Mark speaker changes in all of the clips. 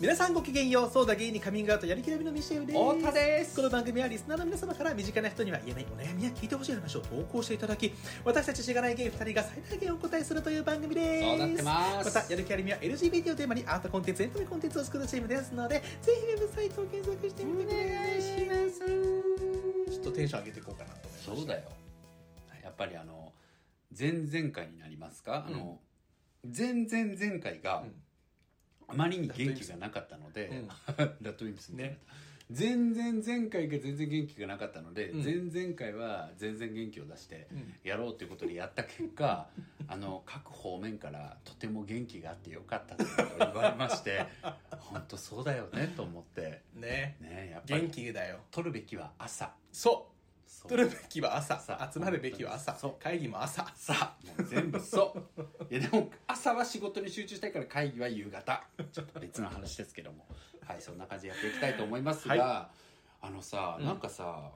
Speaker 1: 皆さんごきげんようそうだゲイにカミングアウトやりきらみのミシェルです
Speaker 2: 太田です
Speaker 1: この番組はリスナーの皆様から身近な人には言えないお悩みや聞いてほしい話を投稿していただき私たちしがないゲイ2人が最大限お答えするという番組です
Speaker 2: そうなってます
Speaker 1: またやる気ありみは LGBT をテーマにアートコンテンツエンタメコンテンツを作るチームですのでぜひウェブサイトを検索してみてください
Speaker 2: お願いします
Speaker 1: ちょっとテンション上げていこうかなと思います
Speaker 2: そうだよやっぱりあの前々回になりますか、あの前々前回が、
Speaker 1: ん
Speaker 2: あまりに元気がなかったので、
Speaker 1: うん
Speaker 2: ラットウィンプスみたいな
Speaker 1: ね
Speaker 2: 前々前回が全然元気がなかったので、
Speaker 1: ん
Speaker 2: 前々回は全然元気を出して
Speaker 1: ん
Speaker 2: やろうということでやった結果、あの各方面からとても元気があってよかったということを言われまして本当そうだよねと思って
Speaker 1: ね
Speaker 2: ねやっぱり
Speaker 1: 元気だよ
Speaker 2: 取るべきは朝
Speaker 1: そう
Speaker 2: そう
Speaker 1: 取るべきは朝
Speaker 2: 朝
Speaker 1: 集まるべきは朝
Speaker 2: そう
Speaker 1: 会議も朝
Speaker 2: さあもう全部そういやでも朝は仕事に集中したいから会議は夕方ちょっと別の話ですけどもはいそんな感じでやっていきたいと思いますが、あのさ、なんかさ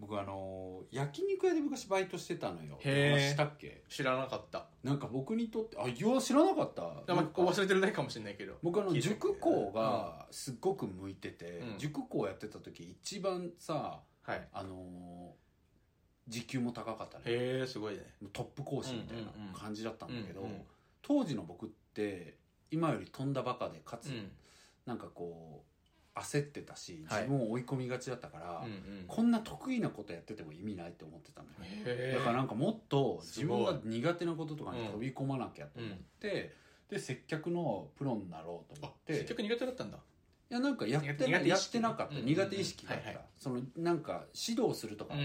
Speaker 2: 僕あの焼肉屋で昔バイトしてたのよ
Speaker 1: へー
Speaker 2: 話したっけ
Speaker 1: 知らなかった
Speaker 2: なんか僕にとってあいや知らなかった
Speaker 1: ま
Speaker 2: な
Speaker 1: あ
Speaker 2: んか
Speaker 1: 忘れてるだけかもしれないけど
Speaker 2: 僕あの
Speaker 1: 聞いてる
Speaker 2: 塾校がすっごく向いてて、
Speaker 1: うん
Speaker 2: 塾校やってた時一番さ
Speaker 1: はい
Speaker 2: あの時給も高かったね
Speaker 1: へえすごいね
Speaker 2: トップ講師みたいな
Speaker 1: うんうんうん
Speaker 2: 感じだったんだけど、
Speaker 1: うんうん
Speaker 2: 当時の僕って今より飛んだバカでかつ、
Speaker 1: うん
Speaker 2: なんかこう焦ってたし
Speaker 1: はい
Speaker 2: 自分を追い込みがちだったから、
Speaker 1: うんうん
Speaker 2: こんな得意なことやってても意味ないって思ってたんだよ、
Speaker 1: へー
Speaker 2: だからなんかもっと
Speaker 1: す
Speaker 2: 自
Speaker 1: ごい
Speaker 2: 分が苦手なこととかに飛び込まなきゃと思って、で接客のプロになろうと思
Speaker 1: あ
Speaker 2: って
Speaker 1: 結局苦手だったんだ
Speaker 2: いやなんかやって
Speaker 1: 苦手
Speaker 2: な
Speaker 1: 苦手意
Speaker 2: やっ
Speaker 1: 識
Speaker 2: てなかった、
Speaker 1: うんうんうん
Speaker 2: 苦手意識があった、
Speaker 1: はいはい
Speaker 2: そのなんか指導するとか、
Speaker 1: ん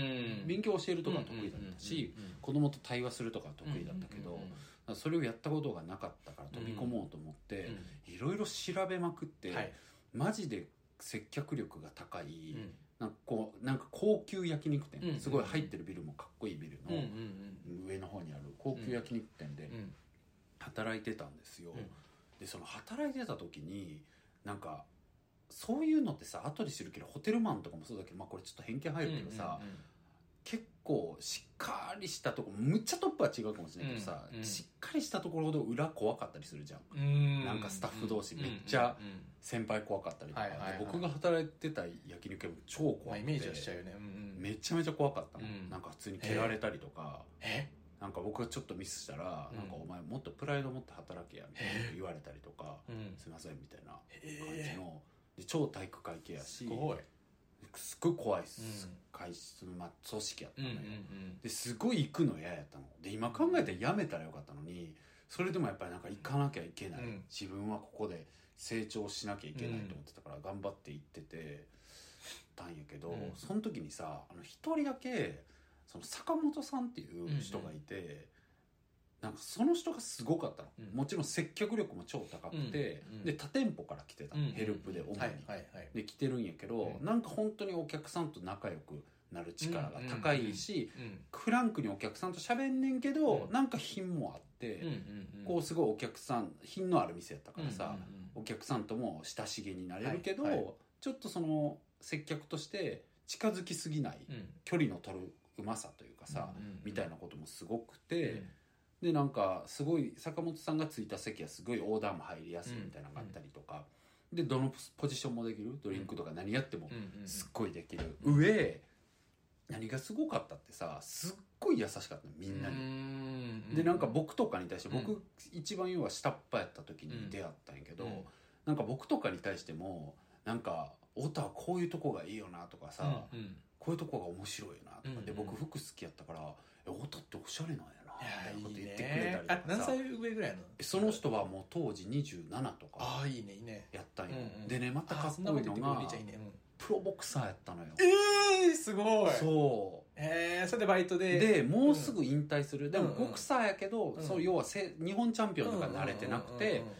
Speaker 2: 勉強教えるとか得意だったし、
Speaker 1: うんうんうんうん
Speaker 2: 子供と対話するとか得意だったけど、
Speaker 1: うんうんうん
Speaker 2: それをやったことがなかったから飛び込もうと思って、いろいろ調べまくって、
Speaker 1: はい
Speaker 2: マジで接客力が高い、
Speaker 1: うん
Speaker 2: なんかこうなんか高級焼肉店、
Speaker 1: うんうんうん
Speaker 2: すごい入ってるビルもかっこいいビル
Speaker 1: うんうん
Speaker 2: の上の方にある高級焼肉店で
Speaker 1: うんうん
Speaker 2: 働いてたんですよ、
Speaker 1: ん
Speaker 2: でその働いてた時になんかそういうのってさ後で知るけどホテルマンとかもそうだけど、まあ、これちょっと偏見入るけどさ、
Speaker 1: うんうんうん
Speaker 2: 結構しっかりしたとこむっちゃトップは違うかもしれないけどさ、
Speaker 1: うんうん
Speaker 2: しっかりしたところほど裏怖かったりするじゃん
Speaker 1: うん
Speaker 2: なんかスタッフ同士めっちゃ
Speaker 1: うんうんうん
Speaker 2: 先輩怖かったりとか、
Speaker 1: はいはいはい
Speaker 2: で僕が働いてた焼肉屋も超怖くて、
Speaker 1: まあイメージはしちゃうよねうんうん
Speaker 2: めちゃめちゃ怖かったの、
Speaker 1: うん
Speaker 2: なんか普通に蹴られたりとか、
Speaker 1: え
Speaker 2: なんか僕がちょっとミスしたら、
Speaker 1: うん
Speaker 2: なんかお前もっとプライド持って働けやみたいなこと言われたりとか、
Speaker 1: うん
Speaker 2: すいませんみたいな感じの、
Speaker 1: え
Speaker 2: で超体育会系やし
Speaker 1: すごい
Speaker 2: すっごい怖いっす、
Speaker 1: うん
Speaker 2: 会室の、まあ、組織やった
Speaker 1: うん
Speaker 2: の
Speaker 1: うん
Speaker 2: よ、
Speaker 1: うん
Speaker 2: ですごい行くの嫌やったので今考えたらやめたらよかったのにそれでもやっぱりなんか行かなきゃいけない、
Speaker 1: うん
Speaker 2: 自分はここで成長しなきゃいけないと思ってたから頑張って行っててたんやけど、
Speaker 1: うん
Speaker 2: その時にさあの一人だけその坂本さんっていう人がいて、なんかその人がすごかったの、
Speaker 1: うん
Speaker 2: もちろん接客力も超高くて、
Speaker 1: うんうん
Speaker 2: で他店舗から来てたの、
Speaker 1: うん
Speaker 2: ヘルプで主に、
Speaker 1: はいはいはい
Speaker 2: で来てるんやけど、
Speaker 1: うん
Speaker 2: なんか本当にお客さんと仲良くなる力が高いし、
Speaker 1: うん
Speaker 2: フランクにお客さんと喋んねんけど、
Speaker 1: うん
Speaker 2: なんか品もあっ
Speaker 1: うん
Speaker 2: て、
Speaker 1: うんうん
Speaker 2: こうすごいお客さん品のある店やったからさ、
Speaker 1: うんうんうん
Speaker 2: お客さんとも親しげになれるけど、
Speaker 1: はいはい
Speaker 2: ちょっとその接客として近づきすぎない、
Speaker 1: うん
Speaker 2: 距離の取るうまさというかさ、
Speaker 1: うんうんうん
Speaker 2: みたいなこともすごくて、でなんかすごい坂本さんがついた席はすごいオーダーも入りやすいみたいなのがあったりとか、でどのポジションもできるドリンクとか何やっても
Speaker 1: うんうんうん
Speaker 2: すっごいできる、上何がすごかったってさすっごい優しかったのみんな
Speaker 1: う
Speaker 2: に。
Speaker 1: ん
Speaker 2: でなんか僕とかに対して
Speaker 1: う
Speaker 2: 僕一番要は下っ端やった時に出会ったんやけど、
Speaker 1: うん
Speaker 2: なんか僕とかに対してもなんか「太田はこういうとこがいいよな」とかさ、
Speaker 1: うんうん
Speaker 2: こういうとこが面白いよなとか、で
Speaker 1: うんうん
Speaker 2: 僕服好きやったから「え太田っておしゃれなんやな」みたいなこと言
Speaker 1: いや
Speaker 2: っ
Speaker 1: い
Speaker 2: て
Speaker 1: て
Speaker 2: くれたりと
Speaker 1: あ
Speaker 2: か
Speaker 1: 何
Speaker 2: さ
Speaker 1: 歳上ぐらいなの
Speaker 2: その人はもう当時27とか
Speaker 1: ああいいねいいね
Speaker 2: やったんよ、
Speaker 1: うんうん
Speaker 2: でねまたかっこいいの
Speaker 1: あそんなこと言ってくれる
Speaker 2: が
Speaker 1: お兄ちゃんいいねうん
Speaker 2: プロボクサーやったのよ
Speaker 1: ええすごい
Speaker 2: そう
Speaker 1: えー、それでバイトで
Speaker 2: でもうすぐ引退する、でも
Speaker 1: うんうん
Speaker 2: ボクサーやけど、
Speaker 1: うん
Speaker 2: そう要はせ日本チャンピオンとか慣れてなくて、
Speaker 1: うんうんうんうん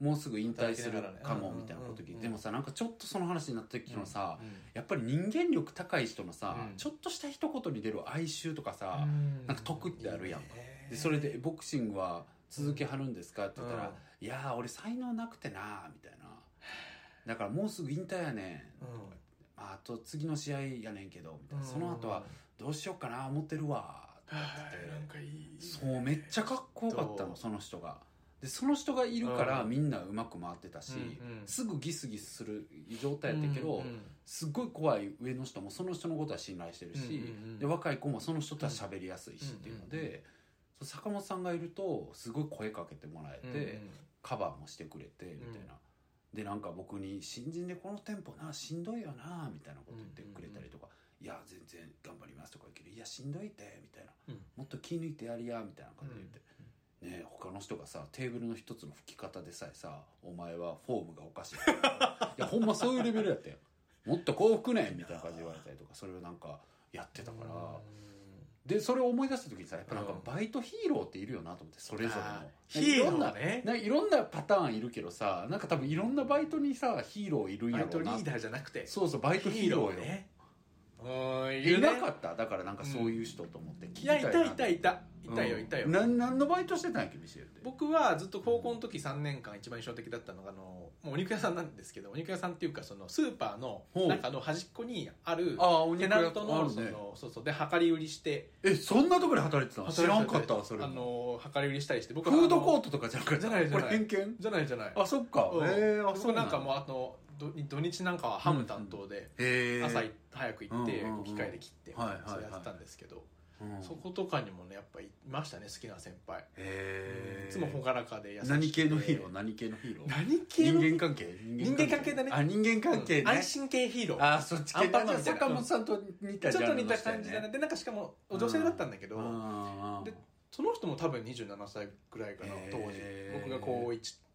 Speaker 2: もうすぐ引退するかも
Speaker 1: 働きながらね
Speaker 2: みたいなこと
Speaker 1: うん
Speaker 2: 聞
Speaker 1: うんう
Speaker 2: い
Speaker 1: ん
Speaker 2: てでもさなんかちょっとその話になった時のさ、
Speaker 1: うんうん
Speaker 2: やっぱり人間力高い人のさ、
Speaker 1: うん
Speaker 2: ちょっとした一言に出る哀愁とかさ、
Speaker 1: うん
Speaker 2: なんか得ってあるやんか、
Speaker 1: いいね
Speaker 2: でそれで「ボクシングは続けはるんですか?」って言ったら「
Speaker 1: うん
Speaker 2: いやー俺才能なくてな」みたいな「だからもうすぐ引退やねん」
Speaker 1: うん
Speaker 2: まあ、あと次の試合やねんけど」みたいな「
Speaker 1: うん
Speaker 2: その後はどうしようかな思ってるわ」って言って
Speaker 1: なんかいい
Speaker 2: そうめっちゃかっこよかった
Speaker 1: ど
Speaker 2: の
Speaker 1: う
Speaker 2: その人がでその人がいるから
Speaker 1: うん
Speaker 2: みんなうまく回ってたし、
Speaker 1: うんうん
Speaker 2: すぐギスギスする状態やったけど、すっごい怖い上の人もその人のことは信頼してるし、
Speaker 1: うんうんうん
Speaker 2: で若い子もその人とは喋りやすいしっていうので、
Speaker 1: うんうん
Speaker 2: そう坂本さんがいるとすごい声かけてもらえて、カバーもしてくれてみたいな、でなんか僕に「新人でこの店舗なしんどいよな」みたいなこと言ってくれたりとか「いや全然頑張ります」とか言うけど「いやしんどいって」みたいな
Speaker 1: うん
Speaker 2: 「もっと気抜いてやりや」みたいな感じで言って。ねえ他の人がさテーブルの一つの吹き方でさえさ「お前はフォームがおかしい」い やほんまそういうレベルやったよもっと幸福ねんみたいな感じで言われたりとかそれをなんかやってたから、でそれを思い出した時にさやっぱなんか
Speaker 1: うん
Speaker 2: バイトヒーローっているよなと思ってそれぞ
Speaker 1: あ
Speaker 2: れ
Speaker 1: ー
Speaker 2: の
Speaker 1: ヒー
Speaker 2: い
Speaker 1: ロー
Speaker 2: ろんな
Speaker 1: ね
Speaker 2: なんかいろんなパターンいるけどさなんか多分いろんなバイトにさヒーローいるん
Speaker 1: バ
Speaker 2: や
Speaker 1: イト
Speaker 2: ろう
Speaker 1: リ
Speaker 2: な
Speaker 1: ーダーじゃなくて
Speaker 2: そうそうバイトヒーローよ
Speaker 1: ねうんい
Speaker 2: い
Speaker 1: るね
Speaker 2: なかっただからなんかそういう人と思って聞
Speaker 1: いやいたいたい
Speaker 2: た
Speaker 1: たいたよいたよ
Speaker 2: 何何のバイトしてたんやっけ店で
Speaker 1: 僕はずっと高校の時3年間一番印象的だったのがあのもうお肉屋さんなんですけどお肉屋さんっていうかそのスーパーの
Speaker 2: ほう
Speaker 1: 中の端っこにある
Speaker 2: ああお
Speaker 1: テ
Speaker 2: 肉
Speaker 1: ナ
Speaker 2: 屋
Speaker 1: ント
Speaker 2: あ
Speaker 1: の
Speaker 2: る
Speaker 1: そ
Speaker 2: ね
Speaker 1: のそうそうで量り売りして
Speaker 2: えそんなとこで働いてたの知らんかったわそれ
Speaker 1: あ
Speaker 2: も
Speaker 1: の量り売りしたりして僕
Speaker 2: フ
Speaker 1: は
Speaker 2: ードコ
Speaker 1: ー
Speaker 2: ートとかじゃなくて
Speaker 1: じゃないじゃない
Speaker 2: これ偏見
Speaker 1: じゃないじゃない
Speaker 2: あそっか
Speaker 1: うん
Speaker 2: へえあ
Speaker 1: 僕なんかもう
Speaker 2: う
Speaker 1: あのど土日なんかはハム担当で
Speaker 2: へえ
Speaker 1: 朝い早く行って
Speaker 2: うんうんうん
Speaker 1: 機械で切って
Speaker 2: はいはいはい
Speaker 1: そうやってたんですけど
Speaker 2: うん
Speaker 1: そことかにもねやっぱいましたね好きな先輩
Speaker 2: へえ
Speaker 1: いつも朗らかで優しくて
Speaker 2: 何系のヒーロー何系のヒーロー
Speaker 1: 何系
Speaker 2: 人
Speaker 1: の
Speaker 2: 間関係
Speaker 1: 人間関係だね
Speaker 2: あ人間関係ね、
Speaker 1: 安心系ヒーロー
Speaker 2: あそっち系
Speaker 1: アンパンマンみたいな
Speaker 2: 坂本さんと似た
Speaker 1: ち
Speaker 2: ジャ
Speaker 1: ょっと
Speaker 2: ンルの
Speaker 1: 似た
Speaker 2: 人や
Speaker 1: 感
Speaker 2: ね
Speaker 1: じだなでなんかしかも女性だったんだけど、
Speaker 2: あー
Speaker 1: でその人も多分27歳ぐらいかな
Speaker 2: へー
Speaker 1: 当時僕が高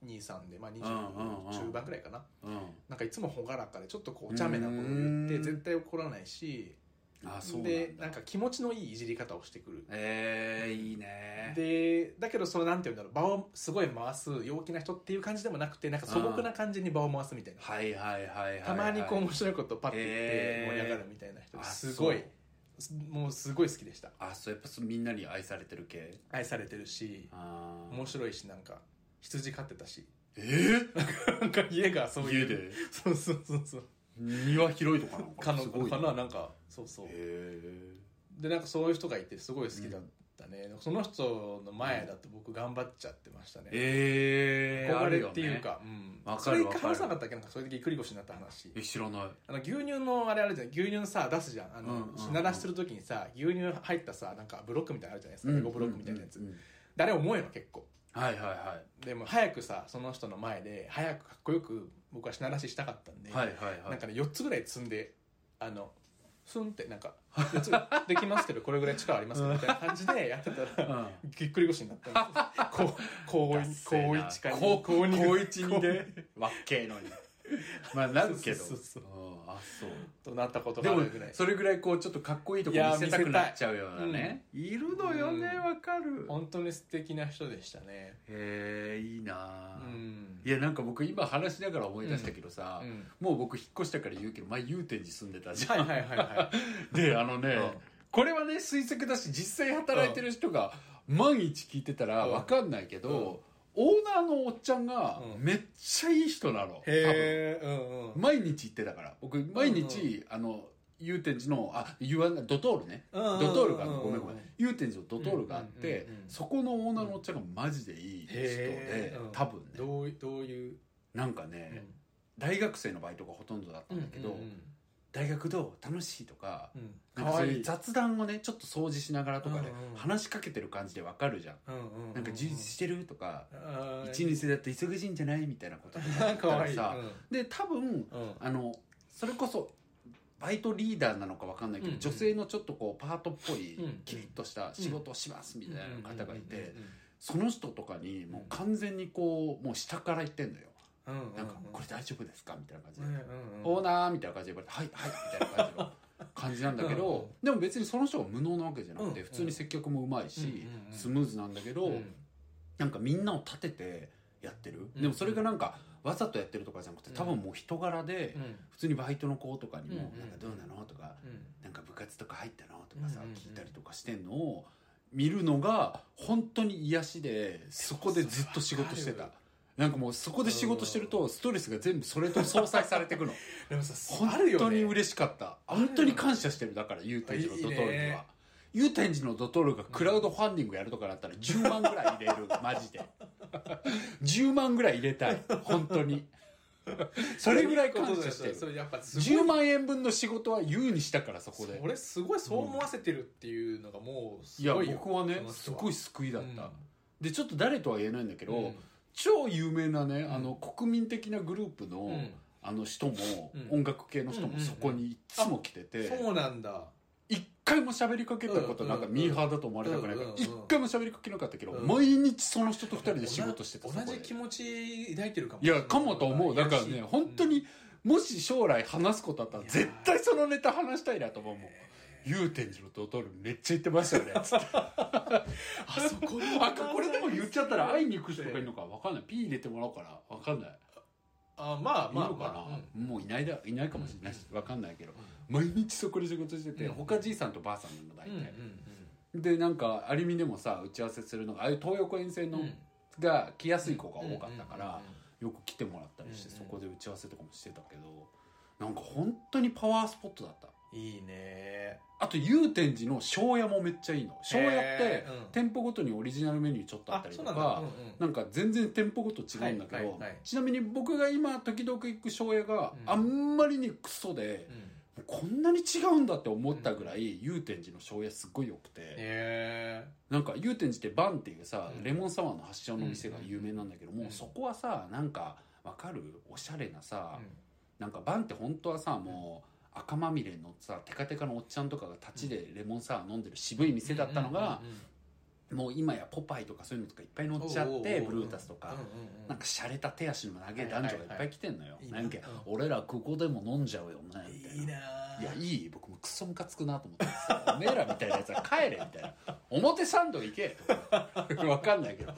Speaker 1: 123で、まあ、
Speaker 2: うんうんうん
Speaker 1: 20中盤ぐらいかな
Speaker 2: うん
Speaker 1: なんかいつも朗らかでちょっとこうお茶目なこと言っ
Speaker 2: う
Speaker 1: て
Speaker 2: ん
Speaker 1: 絶対怒らないし
Speaker 2: あそうなんだ
Speaker 1: でなんか気持ちのいいいじり方をしてくる
Speaker 2: えー、いいね
Speaker 1: でだけどそのなんて言うんだろう場をすごい回す陽気な人っていう感じでもなくてなんか素朴な感じに場を回すみたいな
Speaker 2: はいはいはいはい、はい、
Speaker 1: たまにこう面白いことパッて言って盛り上がるみたいな人
Speaker 2: あ
Speaker 1: ですごい
Speaker 2: そう
Speaker 1: すもうすごい好きでした
Speaker 2: あそうやっぱそうみんなに愛されてる系
Speaker 1: 愛されてるし
Speaker 2: あー
Speaker 1: 面白いしなんか羊飼ってたし
Speaker 2: えー、
Speaker 1: なんか家がそういう
Speaker 2: 家で
Speaker 1: そうそうそうそう
Speaker 2: 庭広いとかなの
Speaker 1: か
Speaker 2: な
Speaker 1: の
Speaker 2: すごい
Speaker 1: かななんかそうそう
Speaker 2: へ
Speaker 1: でなんかそういう人がいてすごい好きだったね、その人の前だと僕頑張っちゃってましたね、
Speaker 2: ええー、
Speaker 1: 憧
Speaker 2: あ
Speaker 1: れ
Speaker 2: る
Speaker 1: っ
Speaker 2: よ
Speaker 1: ていう
Speaker 2: ね、
Speaker 1: か,、うん
Speaker 2: わか
Speaker 1: それ
Speaker 2: る
Speaker 1: 一
Speaker 2: わかる
Speaker 1: 回話さなかったっけなんかそれでぎっくり腰になった話
Speaker 2: え知らない
Speaker 1: あの牛乳のあれあるじゃん牛乳さ出すじゃんあの、
Speaker 2: うんうんうん
Speaker 1: 品出しするときにさ牛乳入ったさなんかブロックみたいなのあるじゃないですか、レゴブロックみたいなやつ、
Speaker 2: うんうんうん
Speaker 1: 誰重いの結構
Speaker 2: はいはいはい
Speaker 1: でも早くさその人の前で早くかっこよく僕は品出ししたかったんで、
Speaker 2: はいはいはい
Speaker 1: なんかね4つぐらい積んであのスンってなんか「4つ できますけどこれぐらい力ありますか?」みたいな感じでやってたら
Speaker 2: うん
Speaker 1: ぎっくり腰になったんですよ高高一高一かに
Speaker 2: 高高
Speaker 1: 二
Speaker 2: 高一にで わっけえのにまあなるけど
Speaker 1: そうそうそう
Speaker 2: うんあそう
Speaker 1: となったこと
Speaker 2: で
Speaker 1: があ
Speaker 2: も
Speaker 1: るぐらい
Speaker 2: それぐらいこうちょっとかっこいいとこ
Speaker 1: いや
Speaker 2: 見せたくなっちゃうようなねいるのよね
Speaker 1: うん
Speaker 2: わかる
Speaker 1: 本当に素敵な人でしたね
Speaker 2: へえいいな
Speaker 1: う
Speaker 2: あ
Speaker 1: ん
Speaker 2: いやなんか僕今話しながら思い出したけどさ
Speaker 1: うん
Speaker 2: もう僕引っ越したから言うけど前祐天寺住んでたじゃん
Speaker 1: はいはいはいは
Speaker 2: であのね、
Speaker 1: うん
Speaker 2: これはね推測だし実際働いてる人が万一聞いてたら
Speaker 1: うん
Speaker 2: わかんないけど、オーナーのおっちゃんが
Speaker 1: うん
Speaker 2: めっちゃいい人なの、
Speaker 1: い
Speaker 2: 多
Speaker 1: へえうんうん
Speaker 2: 分毎日行ってたから僕毎日、あの祐天寺のあ言わないドトールねドトールが
Speaker 1: うんうんうん
Speaker 2: ごめんごめん祐天寺のドトールがあって、
Speaker 1: うんうんうんうん
Speaker 2: そこのオーナーのおっちゃんがマジでいい人
Speaker 1: へ
Speaker 2: で
Speaker 1: ーうん
Speaker 2: 多分ね
Speaker 1: どういどういう
Speaker 2: なんかね、大学生のバイトがほとんどだったんだけど、大学どう楽しいとかなんか
Speaker 1: わ
Speaker 2: そう
Speaker 1: い
Speaker 2: いう雑談をねちょっと掃除しながらとかで
Speaker 1: うんうん
Speaker 2: 話しかけてる感じでわかるじゃん、なんか充実してるとか、一
Speaker 1: 年
Speaker 2: 年生だって忙しいんじゃないみたいなこととか言っ
Speaker 1: か
Speaker 2: たら
Speaker 1: わいい
Speaker 2: さで多分
Speaker 1: うんうん
Speaker 2: あのそれこそバイトリーダーなのかわかんないけど、
Speaker 1: うんうん
Speaker 2: 女性のちょっとこうパートっぽい、
Speaker 1: うん
Speaker 2: キリッとした仕事をしますみたいな方がいて、
Speaker 1: う
Speaker 2: その人とかにもう完全にこうもう下から言ってんのよ、
Speaker 1: んうんうんうん
Speaker 2: なんか「これ大丈夫ですか?」みたいな感じ
Speaker 1: う
Speaker 2: で
Speaker 1: んうんうん
Speaker 2: オーナーみたいな感じで言われて「はいはい」みたいな感じの感じなんだけど、でも別にその人が無能なわけじゃなくて、
Speaker 1: うん
Speaker 2: 普通に接客もうまいし、
Speaker 1: うんうんうん
Speaker 2: スムーズなんだけど、
Speaker 1: うん
Speaker 2: なんかみんなを立ててやってる、
Speaker 1: うん
Speaker 2: でもそれがなんかわざとやってるとかじゃなくて多分もう人柄で、
Speaker 1: うん
Speaker 2: 普通にバイトの子とかにも「
Speaker 1: うん
Speaker 2: なんかどうなの?」とか
Speaker 1: うん
Speaker 2: 「なんか部活とか入ったの?」とかさ、
Speaker 1: うんうんうん
Speaker 2: 聞いたりとかしてんのを見るのが本当に癒しでそこでずっと仕事して
Speaker 1: わ
Speaker 2: た
Speaker 1: か。
Speaker 2: なんかもうそこで仕事してるとストレスが全部それと相殺されてくの
Speaker 1: でもさ
Speaker 2: 本
Speaker 1: あるよね
Speaker 2: 当に嬉しかった、
Speaker 1: あるよね
Speaker 2: 本当に感謝してるだからゆうたちのドトールには。
Speaker 1: いいね
Speaker 2: 祐天寺のドトールがクラウドファンディングやるとかだったら10万ぐらい入れるマジで 10万ぐらい入れたい本当 にそれぐらい感謝してる
Speaker 1: それやっぱすごい
Speaker 2: 10万円分の仕事は優にしたからそこで
Speaker 1: 俺すごいそう思わせてるっていうのがもうす
Speaker 2: いや
Speaker 1: ごいよ
Speaker 2: 僕はね
Speaker 1: その
Speaker 2: す
Speaker 1: 人
Speaker 2: ごい救いだった、
Speaker 1: うん
Speaker 2: でちょっと誰とは言えないんだけど、
Speaker 1: うん
Speaker 2: 超有名なね、
Speaker 1: ん
Speaker 2: あの国民的なグループの、
Speaker 1: うん
Speaker 2: あの人も、
Speaker 1: うん
Speaker 2: 音楽系の人
Speaker 1: うんうん
Speaker 2: も
Speaker 1: うん
Speaker 2: そこにいつも来てて、
Speaker 1: そうなんだ
Speaker 2: 一回も喋りかけたことなんか
Speaker 1: うんうんうん
Speaker 2: ミーハーだと思われたくないから
Speaker 1: うんうんうん
Speaker 2: 一回も喋りかけなかったけど
Speaker 1: うん
Speaker 2: 毎日その人と二人で仕事してた
Speaker 1: 同
Speaker 2: そこで
Speaker 1: じ気持ち抱いてるかも
Speaker 2: いやかもと思うだからね本当にもし将来話すことあったら
Speaker 1: いや
Speaker 2: 絶対そのネタ話したいなと思うもん祐天寺のドトールめっちゃ言ってました よねつって
Speaker 1: あそこで
Speaker 2: あこれでも言っちゃったら会いに行く人がいるのか分かんないピー入れてもらおうから分かんない
Speaker 1: あまあ
Speaker 2: いる
Speaker 1: まあ
Speaker 2: の
Speaker 1: まあ
Speaker 2: かなもういないだいないかもしれないし分かんないけど
Speaker 1: う
Speaker 2: 毎日そこで仕事してて
Speaker 1: うん
Speaker 2: 他じいさんとばあさんなの大
Speaker 1: うんうん
Speaker 2: 体でなんかアリミでもさ打ち合わせするのがああいう東横沿線
Speaker 1: うんう
Speaker 2: の、
Speaker 1: んうん
Speaker 2: が来やすい子が多かったから、
Speaker 1: うんうんうん
Speaker 2: よく来てもらったりして、
Speaker 1: うん
Speaker 2: そこで打ち合わせとかもしてたけどなんか本当にパワースポットだった
Speaker 1: いいね
Speaker 2: あと祐天寺の庄屋もめっちゃいいの庄屋って
Speaker 1: へーうん
Speaker 2: 店舗ごとにオリジナルメニューちょっとあったりとかな
Speaker 1: うん
Speaker 2: ん
Speaker 1: うん
Speaker 2: か全然店舗ごと違うんだけど、
Speaker 1: はいはいはい
Speaker 2: ちなみに僕が今時々行く庄屋が
Speaker 1: うん
Speaker 2: あんまりにクソで
Speaker 1: う、ん
Speaker 2: こんなに違うんだって思ったぐらい祐天寺の庄屋すごい良くて、
Speaker 1: へ
Speaker 2: なんか祐天寺ってバンっていうさ、
Speaker 1: うん
Speaker 2: レモンサワーの発祥の店が有名なんだけども、
Speaker 1: うん
Speaker 2: そこはさなんかわかるおしゃれな
Speaker 1: え
Speaker 2: さ、なんかバンって本当はさもう赤まみれのさテカテカのおっちゃんとかが立ちでレモンサワー飲んでる渋い店だったのが、もう今やポパイとかそういうのとかいっぱい乗っちゃってブルータスとか、なんか洒落た手足の長い男女がいっぱい来てんのよ、
Speaker 1: はいはいはいいいな
Speaker 2: なんか俺らここでも飲んじゃうよねみたいない
Speaker 1: いない
Speaker 2: いやいい僕もクソムカつくなと思ったんですよおめえらみたいなやつは帰れみたいな表参道行けとわかんないけど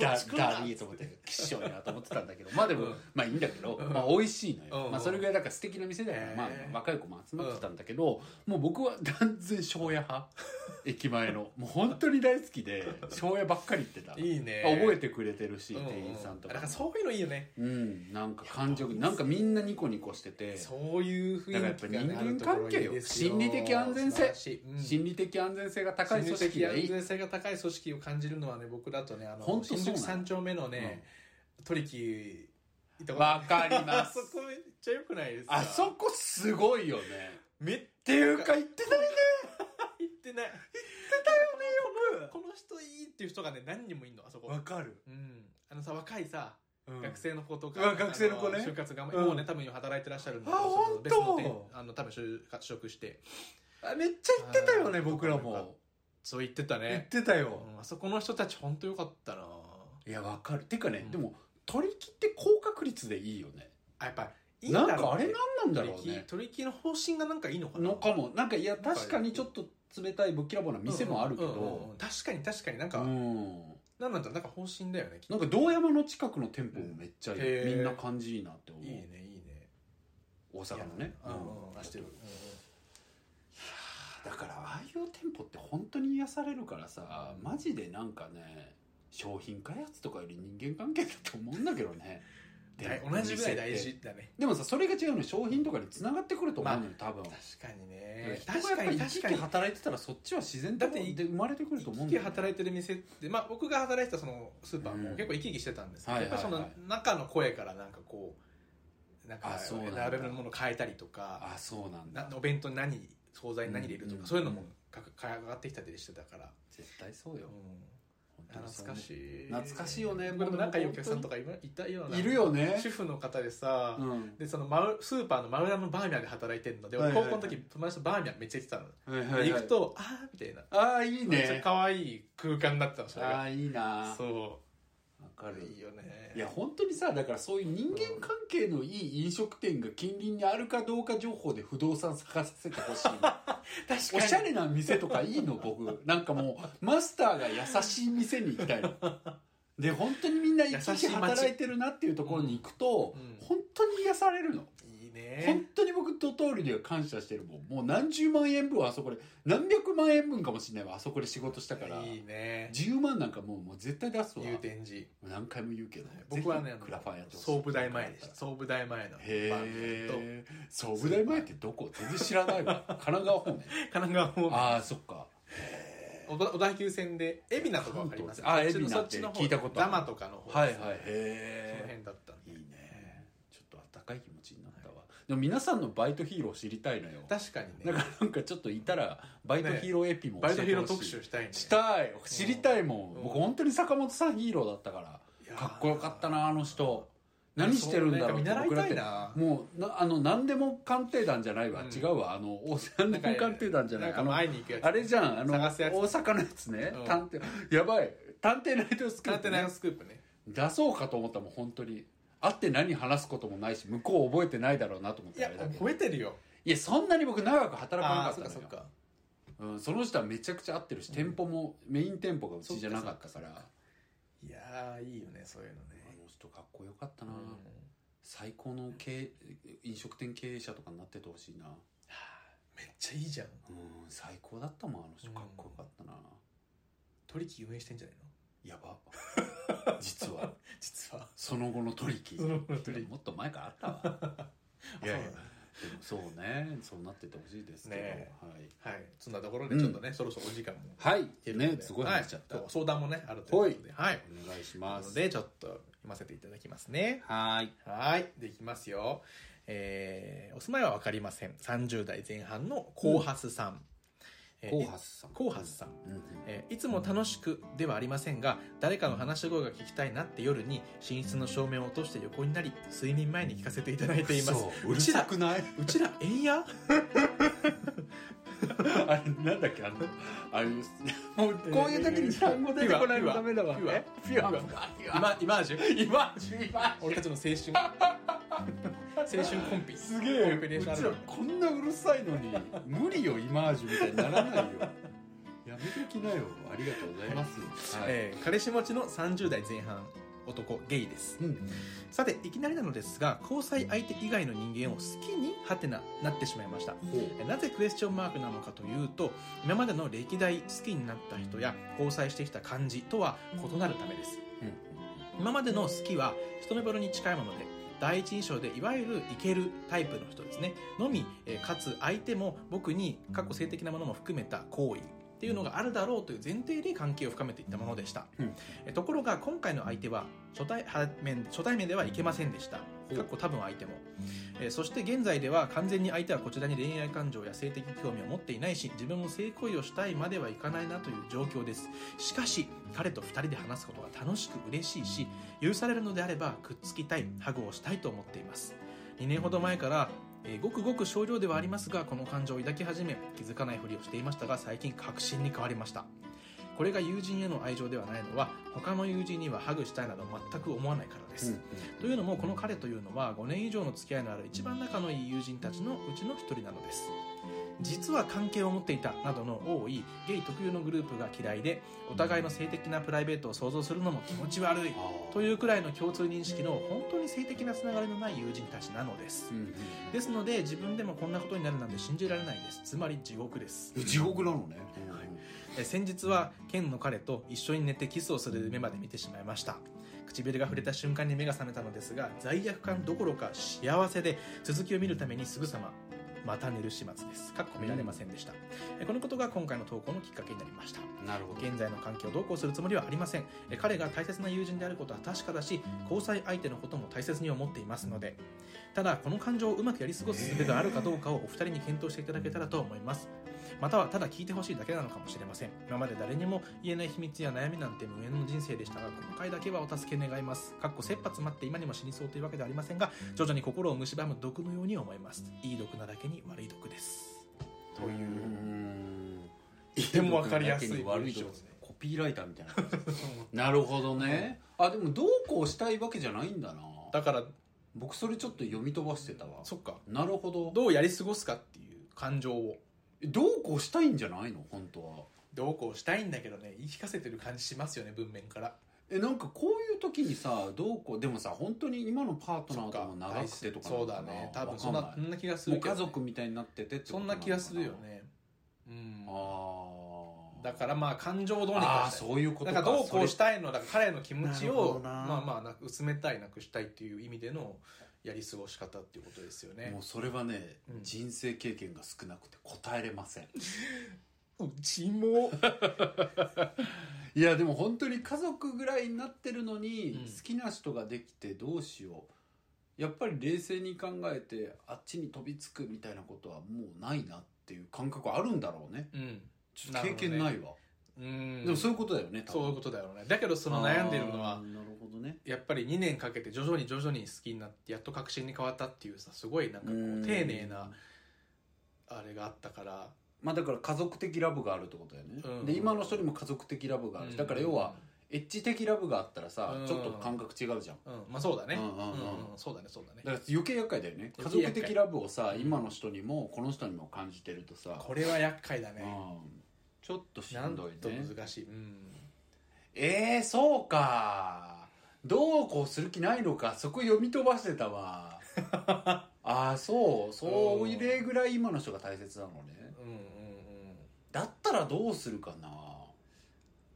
Speaker 2: だ
Speaker 1: っち来んな
Speaker 2: だりーと思ってきっしょいなと思ってたんだけどまあでも、
Speaker 1: うん
Speaker 2: まあいいんだけど、
Speaker 1: うん
Speaker 2: まあ美味しいのよ、
Speaker 1: うん
Speaker 2: まあそれぐらいだから素敵な店だよ、
Speaker 1: へー
Speaker 2: まあ若い子も集まってたんだけど、もう僕は断然庄屋 派駅前のもう本当に大好きで庄屋ばっかり行ってた
Speaker 1: いいね
Speaker 2: 覚えてくれてるし、
Speaker 1: うんうん
Speaker 2: 店員さんと
Speaker 1: あ
Speaker 2: か
Speaker 1: なんかそういうのいいよね
Speaker 2: うんなんか感情なんかみんなニコニコしてて
Speaker 1: そういう雰囲気
Speaker 2: だからやっぱ人間関係よ心理的安全性
Speaker 1: 心
Speaker 2: 心理的安全性が高い
Speaker 1: 理
Speaker 2: 組織
Speaker 1: 的
Speaker 2: がい
Speaker 1: 安
Speaker 2: い。
Speaker 1: 全性が高い組織を感じるのはね僕だとねあ
Speaker 2: ほん
Speaker 1: の
Speaker 2: とそう
Speaker 1: 新
Speaker 2: なの
Speaker 1: 宿三丁目のねトリキ行ったことあ
Speaker 2: わかり
Speaker 1: る
Speaker 2: ま
Speaker 1: あ
Speaker 2: す
Speaker 1: そ。こめっちゃ良くないですか
Speaker 2: あそこすごいよね。
Speaker 1: めっち
Speaker 2: っていうか言ってないね。
Speaker 1: ゃ行ってないこの人いいっていう人がね何人もいんのあそこ
Speaker 2: かる。
Speaker 1: うんあのさ若いさ
Speaker 2: うん
Speaker 1: 学生の子とか、
Speaker 2: うわ学生の子ね
Speaker 1: あ就活頑張
Speaker 2: うん
Speaker 1: もうね多分今働いてらっしゃるんで
Speaker 2: あ
Speaker 1: その別の
Speaker 2: 本当
Speaker 1: 店あの多分就職して
Speaker 2: あめっちゃ言ってたよね
Speaker 1: あー
Speaker 2: 僕ら
Speaker 1: よかっ
Speaker 2: も。
Speaker 1: そう言ってた
Speaker 2: 言っ
Speaker 1: ね、
Speaker 2: てた
Speaker 1: う
Speaker 2: よ。
Speaker 1: ん、あそこの人たち本当よかったない
Speaker 2: やわかる。てかね
Speaker 1: うん
Speaker 2: でも取り切って高確率でいいよね。
Speaker 1: あやっぱいい
Speaker 2: なん
Speaker 1: だろうね
Speaker 2: かあれなんなんだろう
Speaker 1: 取り
Speaker 2: ね
Speaker 1: 木。取り木の方針がなんかいいのかな
Speaker 2: のかもなんかいや確かにちょっと冷たいぶっきらぼうな店もあるけ
Speaker 1: うんうんうんう
Speaker 2: ど
Speaker 1: ん。確かに確かになん
Speaker 2: う
Speaker 1: か、
Speaker 2: ん。
Speaker 1: なんなんだなんか方針だよねきっと
Speaker 2: なんか堂山の近くの店舗もめっちゃいい
Speaker 1: うんへー
Speaker 2: みんな感じいいなって思う
Speaker 1: いいねいいね
Speaker 2: 大阪のね
Speaker 1: いやうんうん
Speaker 2: う
Speaker 1: うんん出してる、
Speaker 2: だからああいう店舗って本当に癒されるからさマジでなんかね商品開発とかより人間関係だと思うんだけどね
Speaker 1: だい
Speaker 2: で
Speaker 1: 同じぐらい大
Speaker 2: 店って
Speaker 1: 事だね
Speaker 2: でもさそれが違うのよ商品とかに繋がってくると思うのよ多分、
Speaker 1: 確かにね
Speaker 2: 人
Speaker 1: 確
Speaker 2: がや
Speaker 1: か
Speaker 2: っぱ
Speaker 1: に
Speaker 2: り
Speaker 1: 確
Speaker 2: 一
Speaker 1: か
Speaker 2: 気
Speaker 1: に
Speaker 2: 働いてたらそっちは自然と
Speaker 1: だって
Speaker 2: で生まれてくると思うんだ
Speaker 1: 生き
Speaker 2: よ、ね、
Speaker 1: 働いてる店って、まあ、僕が働いてたそのスーパーも
Speaker 2: うん
Speaker 1: 結構生き生きしてたんですけど、
Speaker 2: はいはいはい
Speaker 1: やっぱりその中の声からなんかこうなんか
Speaker 2: あそうなんだ
Speaker 1: 並べるもの変えたりとか
Speaker 2: あそうなんだ
Speaker 1: なお弁当に何惣菜に何入れるとか、
Speaker 2: うん
Speaker 1: そういうのもかか上がってきたりしてたから、
Speaker 2: 絶対そうよ、本
Speaker 1: うん
Speaker 2: 当にそう思う
Speaker 1: 懐かしい
Speaker 2: 懐かしいよね
Speaker 1: 僕でも仲いいお客さんとかいまいたようない
Speaker 2: るよね
Speaker 1: 主婦の方でさ、
Speaker 2: うん
Speaker 1: でそのマウスーパーの丸山のバーミヤンで働いてるので、
Speaker 2: はいはい
Speaker 1: 俺高校の時友達とバーミヤンめっちゃ行ってた
Speaker 2: はい
Speaker 1: の、
Speaker 2: はい
Speaker 1: で
Speaker 2: はい
Speaker 1: 行くとああみたいな
Speaker 2: ああいい
Speaker 1: めっちゃ
Speaker 2: ね
Speaker 1: 可愛い空間だったのそれ
Speaker 2: あ
Speaker 1: が
Speaker 2: あいいなわ
Speaker 1: そ
Speaker 2: か
Speaker 1: う
Speaker 2: る
Speaker 1: いいよね
Speaker 2: いや本当にさだからそういう人間関係のいい飲食店が近隣にあるかどうか情報で不動産探させてほしい
Speaker 1: 確
Speaker 2: おしゃれな店とかいいの僕なんかもうマスターが優しい店に行きたい ので本当にみんな生き生き
Speaker 1: 優しい街
Speaker 2: 働いてるなっていうところに行くと、
Speaker 1: うん
Speaker 2: 本当に癒されるの、
Speaker 1: いい
Speaker 2: 本
Speaker 1: ね
Speaker 2: 当に僕ドトールには感謝してるもんもう何十万円分はあそこで何百万円分かもしれないわあそこで仕事したから
Speaker 1: いいね
Speaker 2: 10万なんかもうもう絶対出すわ
Speaker 1: 祐天寺
Speaker 2: 何回も言うけど
Speaker 1: 僕はね
Speaker 2: ぜ
Speaker 1: あの
Speaker 2: ひクラファンやってほしい
Speaker 1: 総武大前でした総武大前
Speaker 2: へ
Speaker 1: の
Speaker 2: え総武大前ってどこ全然知らないわ神奈川方面
Speaker 1: 神奈川も
Speaker 2: ああそっか
Speaker 1: お小田急線で海老名とかわかります
Speaker 2: あ
Speaker 1: そっちの
Speaker 2: 海老名
Speaker 1: そっちの
Speaker 2: って
Speaker 1: 方
Speaker 2: 聞いたことあ
Speaker 1: ダ
Speaker 2: る
Speaker 1: マとかの方
Speaker 2: はい
Speaker 1: ですね
Speaker 2: はいへ
Speaker 1: その
Speaker 2: え
Speaker 1: 辺だったん
Speaker 2: い
Speaker 1: で
Speaker 2: いねちょっとあったかい気持ちになったわ、でも皆さんのバイトヒーロー知りたいのよ
Speaker 1: 確かに
Speaker 2: だ
Speaker 1: ね
Speaker 2: からなんかちょっといたらバイトヒーローエピも教
Speaker 1: バ
Speaker 2: え
Speaker 1: イ
Speaker 2: て
Speaker 1: ト
Speaker 2: ほし
Speaker 1: ヒ
Speaker 2: い
Speaker 1: ーロー特集したいね
Speaker 2: したい知りたいもん、
Speaker 1: うん
Speaker 2: 僕本当に坂本さんヒーローだったから
Speaker 1: いやー
Speaker 2: かっこよかったなあの人何してるんだろうって
Speaker 1: そうなんか見
Speaker 2: 僕だっ
Speaker 1: 習
Speaker 2: て
Speaker 1: いたいな
Speaker 2: もうなあの何でも鑑定団じゃないわ、
Speaker 1: うん
Speaker 2: 違うわあのお何でも鑑定団じゃない
Speaker 1: なんか
Speaker 2: あの
Speaker 1: 会いに行くやつ
Speaker 2: あれじゃんあの大
Speaker 1: 探すやつ
Speaker 2: 阪のやつね、
Speaker 1: うん
Speaker 2: 探偵やばい探偵ナイトスク
Speaker 1: カ
Speaker 2: ー
Speaker 1: ンテ
Speaker 2: プ、
Speaker 1: ナの
Speaker 2: ね、
Speaker 1: スクープね
Speaker 2: 出そうかと思ったもん本当に会って何話すこともないし向こう覚えてないだろうなと思っ
Speaker 1: い
Speaker 2: て
Speaker 1: や
Speaker 2: あれだけど
Speaker 1: 覚えてるよ
Speaker 2: いやそんなに僕長く働かな
Speaker 1: あ
Speaker 2: か
Speaker 1: あ
Speaker 2: った
Speaker 1: そっ
Speaker 2: の
Speaker 1: か
Speaker 2: よ
Speaker 1: そっか
Speaker 2: うん、その人はめちゃくちゃ合ってるし、店舗もメイン店舗がうちじゃなかったから
Speaker 1: そっかそっかいやーいいよねそういうの
Speaker 2: あ
Speaker 1: ね
Speaker 2: の人かっこよかった
Speaker 1: う
Speaker 2: な、
Speaker 1: ん
Speaker 2: 最高の経飲食店経営者とかになっててほしいな
Speaker 1: めっちゃいいじゃん
Speaker 2: うん最高だったもんあの人かっこよかったな、
Speaker 1: 取引運営してんじゃないの
Speaker 2: やば 実は
Speaker 1: 実は
Speaker 2: その後の 取引
Speaker 1: その後の取引
Speaker 2: もっと前からあ ったわいやいやでもそうねそうなっててほしいですけど、
Speaker 1: ね
Speaker 2: はい
Speaker 1: はいそんなところでちょっとねそろそろお時間も
Speaker 2: はい
Speaker 1: いるの
Speaker 2: ね
Speaker 1: です
Speaker 2: ごい話しちゃった、
Speaker 1: はい相談もねあるということではい
Speaker 2: お願いし
Speaker 1: な
Speaker 2: ま
Speaker 1: の
Speaker 2: す
Speaker 1: でちょっと読ませていただきますね
Speaker 2: はい
Speaker 1: はいできますよえーお住まいは分かりません30代前半のコーハスさん、えー
Speaker 2: コーハスさん
Speaker 1: コーハスさん
Speaker 2: うんうん
Speaker 1: えーいつも楽しくではありませんが誰かの話し声が聞きたいなって夜に寝室の照明を落として横になり睡眠前に聞かせていただいています
Speaker 2: そううるさくないう
Speaker 1: ちらえんや
Speaker 2: あれなんだっけあのあれもうこういう時に単語出てこないとダメだわ
Speaker 1: ピュア
Speaker 2: えピュア
Speaker 1: ピイマイマ ージュ
Speaker 2: イマジイマジ
Speaker 1: 俺たちの青春青春コンピ
Speaker 2: すげえ
Speaker 1: コンピネー
Speaker 2: う
Speaker 1: シ
Speaker 2: ち
Speaker 1: ョンアル
Speaker 2: ら
Speaker 1: バム
Speaker 2: こんなうるさいのに無理よイマージュみたいにならないよやめてきなよありがとうございますはい、
Speaker 1: えー彼氏持ちの30代前半男ゲイです
Speaker 2: うん
Speaker 1: さていきなりなのですが交際相手以外の人間を好きにハテナなってしまいました
Speaker 2: ほう
Speaker 1: なぜクエスチョンマークなのかというと今までの歴代好きになった人や交際してきた感じとは異なるためです今までの好きは一目惚れに近いもので第一印象でいわゆるイケるタイプの人ですねのみ、えーかつ相手も僕に過去性的なものも含めた行為っていうのがあるだろうという前提で関係を深めていったものでした、
Speaker 2: うん
Speaker 1: えーところが今回の相手は初対は面初対面ではいけませんでした
Speaker 2: ほう
Speaker 1: かっこ多分相手も、えーそして現在では完全に相手はこちらに恋愛感情や性的興味を持っていないし自分も性行為をしたいまではいかないなという状況ですしかし彼と2人で話すことが楽しく嬉しいし許されるのであればくっつきたいハグをしたいと思っています2年ほど前から、えーごくごく少量ではありますがこの感情を抱き始め気づかないふりをしていましたが最近確信に変わりましたこれが友人への愛情ではないのは他の友人にはハグしたいなど全く思わないからです、というのもこの彼というのは5年以上の付き合いのある一番仲のいい友人たちのうちの一人なのです実は関係を持っていたなどの多いゲイ特有のグループが嫌いでお互いの性的なプライベートを想像するのも気持ち悪いと
Speaker 2: う
Speaker 1: いうくらいの共通認識の本当に性的なつながりのない友人たちなのです
Speaker 2: んうん
Speaker 1: ですので自分でもこんなことになるなんて信じられないですつまり地獄です
Speaker 2: うん地獄なのね、
Speaker 1: はいえ先日は県の彼と一緒に寝てキスをする夢まで見てしまいました唇が触れた瞬間に目が覚めたのですが罪悪感どころか幸せで続きを見るためにすぐさままた寝る始末ですかっこ見られませんでした、えこのことが今回の投稿のきっかけになりました
Speaker 2: なるほど
Speaker 1: 現在の関係をどうこうするつもりはありませんえ彼が大切な友人であることは確かだし交際相手のことも大切に思っていますのでただこの感情をうまくやり過ごす術があるかどうかをお二人に検討していただけたらと思いますまたはただ聞いてほしいだけなのかもしれません今まで誰にも言えない秘密や悩みなんて無縁の人生でしたが今回だけはお助け願いますかっこ切羽詰まって今にも死にそうというわけではありませんが徐々に心を蝕む毒のように思いますいい毒なだけに悪い毒ですという
Speaker 2: と
Speaker 1: ても分かりやすい
Speaker 2: 悪
Speaker 1: 文
Speaker 2: い
Speaker 1: 章
Speaker 2: と
Speaker 1: ですね
Speaker 2: コピーライターみたいな感じなるほどね、あでもどうこうしたいわけじゃないんだな
Speaker 1: だから
Speaker 2: 僕それちょっと読み飛ばしてたわ
Speaker 1: そっか
Speaker 2: なるほどど
Speaker 1: どうやり過ごすかっていう感情を
Speaker 2: うこうしたいんじゃないの本当は
Speaker 1: どうこうしたいんだけどね言い聞かせてる感じしますよね文面から
Speaker 2: えなんかこういう時にさどうこうでもさ本当に今のパートナーとも長くてとかな
Speaker 1: そ
Speaker 2: の
Speaker 1: う
Speaker 2: か
Speaker 1: だ
Speaker 2: な
Speaker 1: ね多分
Speaker 2: わか
Speaker 1: そん
Speaker 2: ん
Speaker 1: な
Speaker 2: な
Speaker 1: そんな気が
Speaker 2: い
Speaker 1: す
Speaker 2: も
Speaker 1: る
Speaker 2: う
Speaker 1: け
Speaker 2: 家
Speaker 1: どね、
Speaker 2: 族みたいになっててって
Speaker 1: そんな気がするよねうん
Speaker 2: ああ
Speaker 1: だからまあ感情をどうに
Speaker 2: あ
Speaker 1: か
Speaker 2: あ
Speaker 1: したい
Speaker 2: そういうことか
Speaker 1: だからどうこうし
Speaker 2: い
Speaker 1: たいのだから彼の気持ち
Speaker 2: なるほ
Speaker 1: を
Speaker 2: どな
Speaker 1: まあまあなく薄めたいなくしたいっていう意味でのやり過ごし方っていうことですよね
Speaker 2: もうそれはね、
Speaker 1: うん
Speaker 2: 人生経験が少なくて答えれません
Speaker 1: うちも
Speaker 2: いやでも本当に家族ぐらいになってるのに
Speaker 1: うん
Speaker 2: 好きな人ができてどうしようやっぱり冷静に考えてあっちに飛びつくみたいなことはもうないなっていう感覚あるんだろうね
Speaker 1: うん
Speaker 2: ちょっと経験ないわ、
Speaker 1: うん
Speaker 2: でもそういうことだよね
Speaker 1: そういうこととだよねだけどその悩んでるのは
Speaker 2: なるほどね
Speaker 1: やっぱり2年かけて徐々に徐々に好きになってやっと確信に変わったっていうさすごいなんかこ
Speaker 2: うん
Speaker 1: う丁寧なあれがあったから
Speaker 2: まあだから家族的ラブがあるってことだよね、
Speaker 1: うん
Speaker 2: で今の人にも家族的ラブがあるし、だから要はエッジ的ラブがあったらさ、
Speaker 1: うん
Speaker 2: ちょっと感覚違うじゃん
Speaker 1: うんまあそうだね
Speaker 2: う
Speaker 1: うん
Speaker 2: うんうん
Speaker 1: んうんそうだねそうだね
Speaker 2: だから余計厄介だよね家
Speaker 1: 余計
Speaker 2: 族
Speaker 1: 厄介
Speaker 2: 的ラブをさ今の人にもこの人にも感じてるとさ、
Speaker 1: これは厄介だ
Speaker 2: う
Speaker 1: ね
Speaker 2: ん、ちょっとし
Speaker 1: なん
Speaker 2: ん
Speaker 1: と
Speaker 2: どいね
Speaker 1: 難しいうん
Speaker 2: えー、そうかどうこうする気ないのかそこ読み飛ばしてた わああそうそういう例ぐらい今の人が大切なのね
Speaker 1: うんうんうん
Speaker 2: だったらどうするかな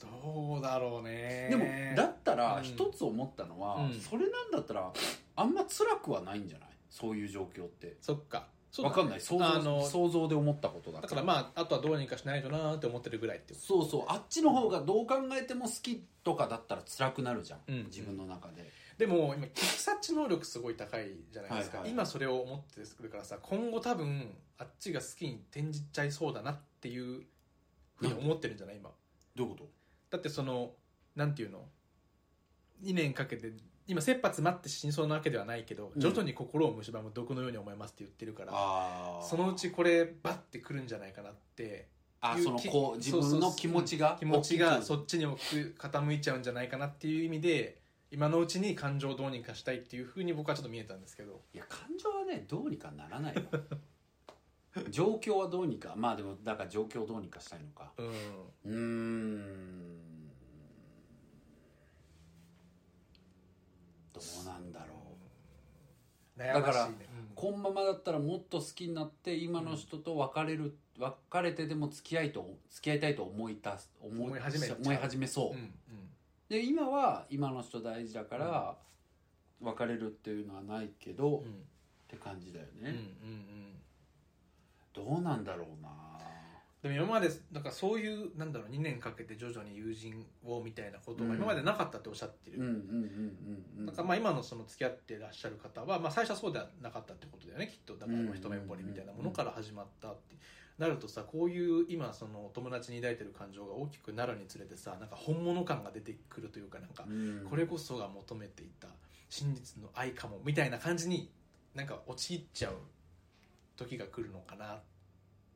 Speaker 1: どうだろうね
Speaker 2: でもだったら
Speaker 1: うん
Speaker 2: 一つ思ったのは、
Speaker 1: うん
Speaker 2: それなんだったらあんま辛くはないんじゃないそういう状況って
Speaker 1: そっかそうだ
Speaker 2: わ
Speaker 1: ね
Speaker 2: かんない想像
Speaker 1: あの
Speaker 2: 想像で思ったことだ
Speaker 1: だからまああとはどうにかしないとなーって思ってるぐらいってこ
Speaker 2: そうそうあっちの方がどう考えても好きとかだったら辛くなるじゃん、
Speaker 1: うん
Speaker 2: 自分の中で
Speaker 1: とでも今聞き察知能力すごい高いじゃないですか、
Speaker 2: はいはい
Speaker 1: 今それを思ってくるからさ今後多分あっちが好きに転じちゃいそうだなっていうふうに思ってるんじゃない今
Speaker 2: どういうこ
Speaker 1: だってそのなんていうの2年かけて今切羽詰まって死にそうなわけではないけど
Speaker 2: うん
Speaker 1: 徐々に心を蝕む毒のように思いますって言ってるか
Speaker 2: と
Speaker 1: ら、
Speaker 2: ああ
Speaker 1: そのうちこれバッてくるんじゃないかなって
Speaker 2: あ
Speaker 1: いう
Speaker 2: その
Speaker 1: き
Speaker 2: こう自分の気持ちが
Speaker 1: 気持ちが
Speaker 2: そ
Speaker 1: そっちに大きく傾いちゃうんじゃないかなっていう意味で今のうちに感情をどうにかしたいっていうふうに僕はちょっと見えたんですけど
Speaker 2: いや感情はねどうにかならないよ状況はどうにかまあでもだから状況をどうにかしたいのか
Speaker 1: うん
Speaker 2: うーんどうなんだろう
Speaker 1: 悩ましい
Speaker 2: だから
Speaker 1: ね
Speaker 2: こんままだったらもっと好きになって今の人と別れる、別れてでも付き合いと付き合いたいと思いた思
Speaker 1: 思い始めちゃう
Speaker 2: 思い始めそう、
Speaker 1: うんうん
Speaker 2: で今は今の人大事だから、別れるっていうのはないけど、っ
Speaker 1: うん
Speaker 2: て感じだよ
Speaker 1: うんうんう
Speaker 2: ね、
Speaker 1: ん
Speaker 2: どうなんだろうな
Speaker 1: でも今までなんかそういうなんだろう2年かけて徐々に友人をみたいなこと
Speaker 2: うん
Speaker 1: が今までなかったっておっしゃって
Speaker 2: うんうん
Speaker 1: る、
Speaker 2: うんうんうん
Speaker 1: なんかまあ今のその付き合ってらっしゃる方は、まあ、最初はそうではなかったってことだよねきっとだから
Speaker 2: うん
Speaker 1: 一目惚れみたいなものから始まったってなるとさこういう今その友達に抱いてる感情が大きくなるにつれてさなんか本物感が出てくるというかなんか
Speaker 2: うん
Speaker 1: これこそが求めていた真実の愛かもみたいな感じになんか陥っちゃう時が来るのかな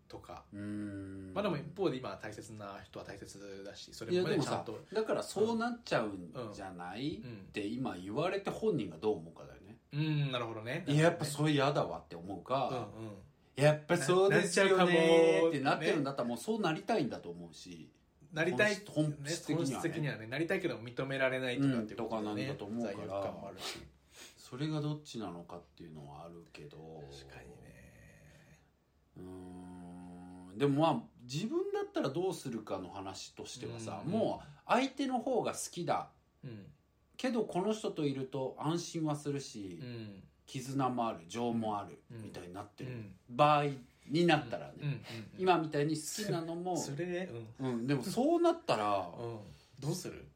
Speaker 1: とか。
Speaker 2: うん
Speaker 1: まあでも一方で今大切な人は大切だしそ
Speaker 2: い
Speaker 1: れ
Speaker 2: や
Speaker 1: も
Speaker 2: で
Speaker 1: ね
Speaker 2: も
Speaker 1: ちゃん
Speaker 2: さ
Speaker 1: と、
Speaker 2: だからそうなっちゃうんじゃない、っ
Speaker 1: うん、
Speaker 2: て今言われて本人がどう思うかだよね
Speaker 1: うん、なるほどね
Speaker 2: いややっぱそれ嫌だわって思うか、
Speaker 1: うんうん
Speaker 2: やっぱそうですよねってなっちゃうかもってな
Speaker 1: なっちゃうかもーってね
Speaker 2: ってるんだったらもうそうなりたいんだと思うし
Speaker 1: なりたい
Speaker 2: 本質本質的にはね
Speaker 1: 本質的にはねなりたいけど認められないとかっていうこ
Speaker 2: うんと
Speaker 1: と
Speaker 2: かなん
Speaker 1: ね
Speaker 2: だと思うから
Speaker 1: 罪悪感もあるし
Speaker 2: それがどっちなのかっていうのはあるけど
Speaker 1: 確かにね
Speaker 2: うーんでもまあ自分だったらどうするかの話としてはさ、
Speaker 1: うん
Speaker 2: もう相手の方が好きだ
Speaker 1: うん
Speaker 2: けどこの人といると安心はするし、
Speaker 1: うん
Speaker 2: 絆もある情もある、
Speaker 1: うん
Speaker 2: みたいになって
Speaker 1: う
Speaker 2: る、
Speaker 1: ん
Speaker 2: 場合になったらね、
Speaker 1: うんうん
Speaker 2: 今みたいに好きなのも、
Speaker 1: それでうん
Speaker 2: うん、でもそうなったら、
Speaker 1: うんどうする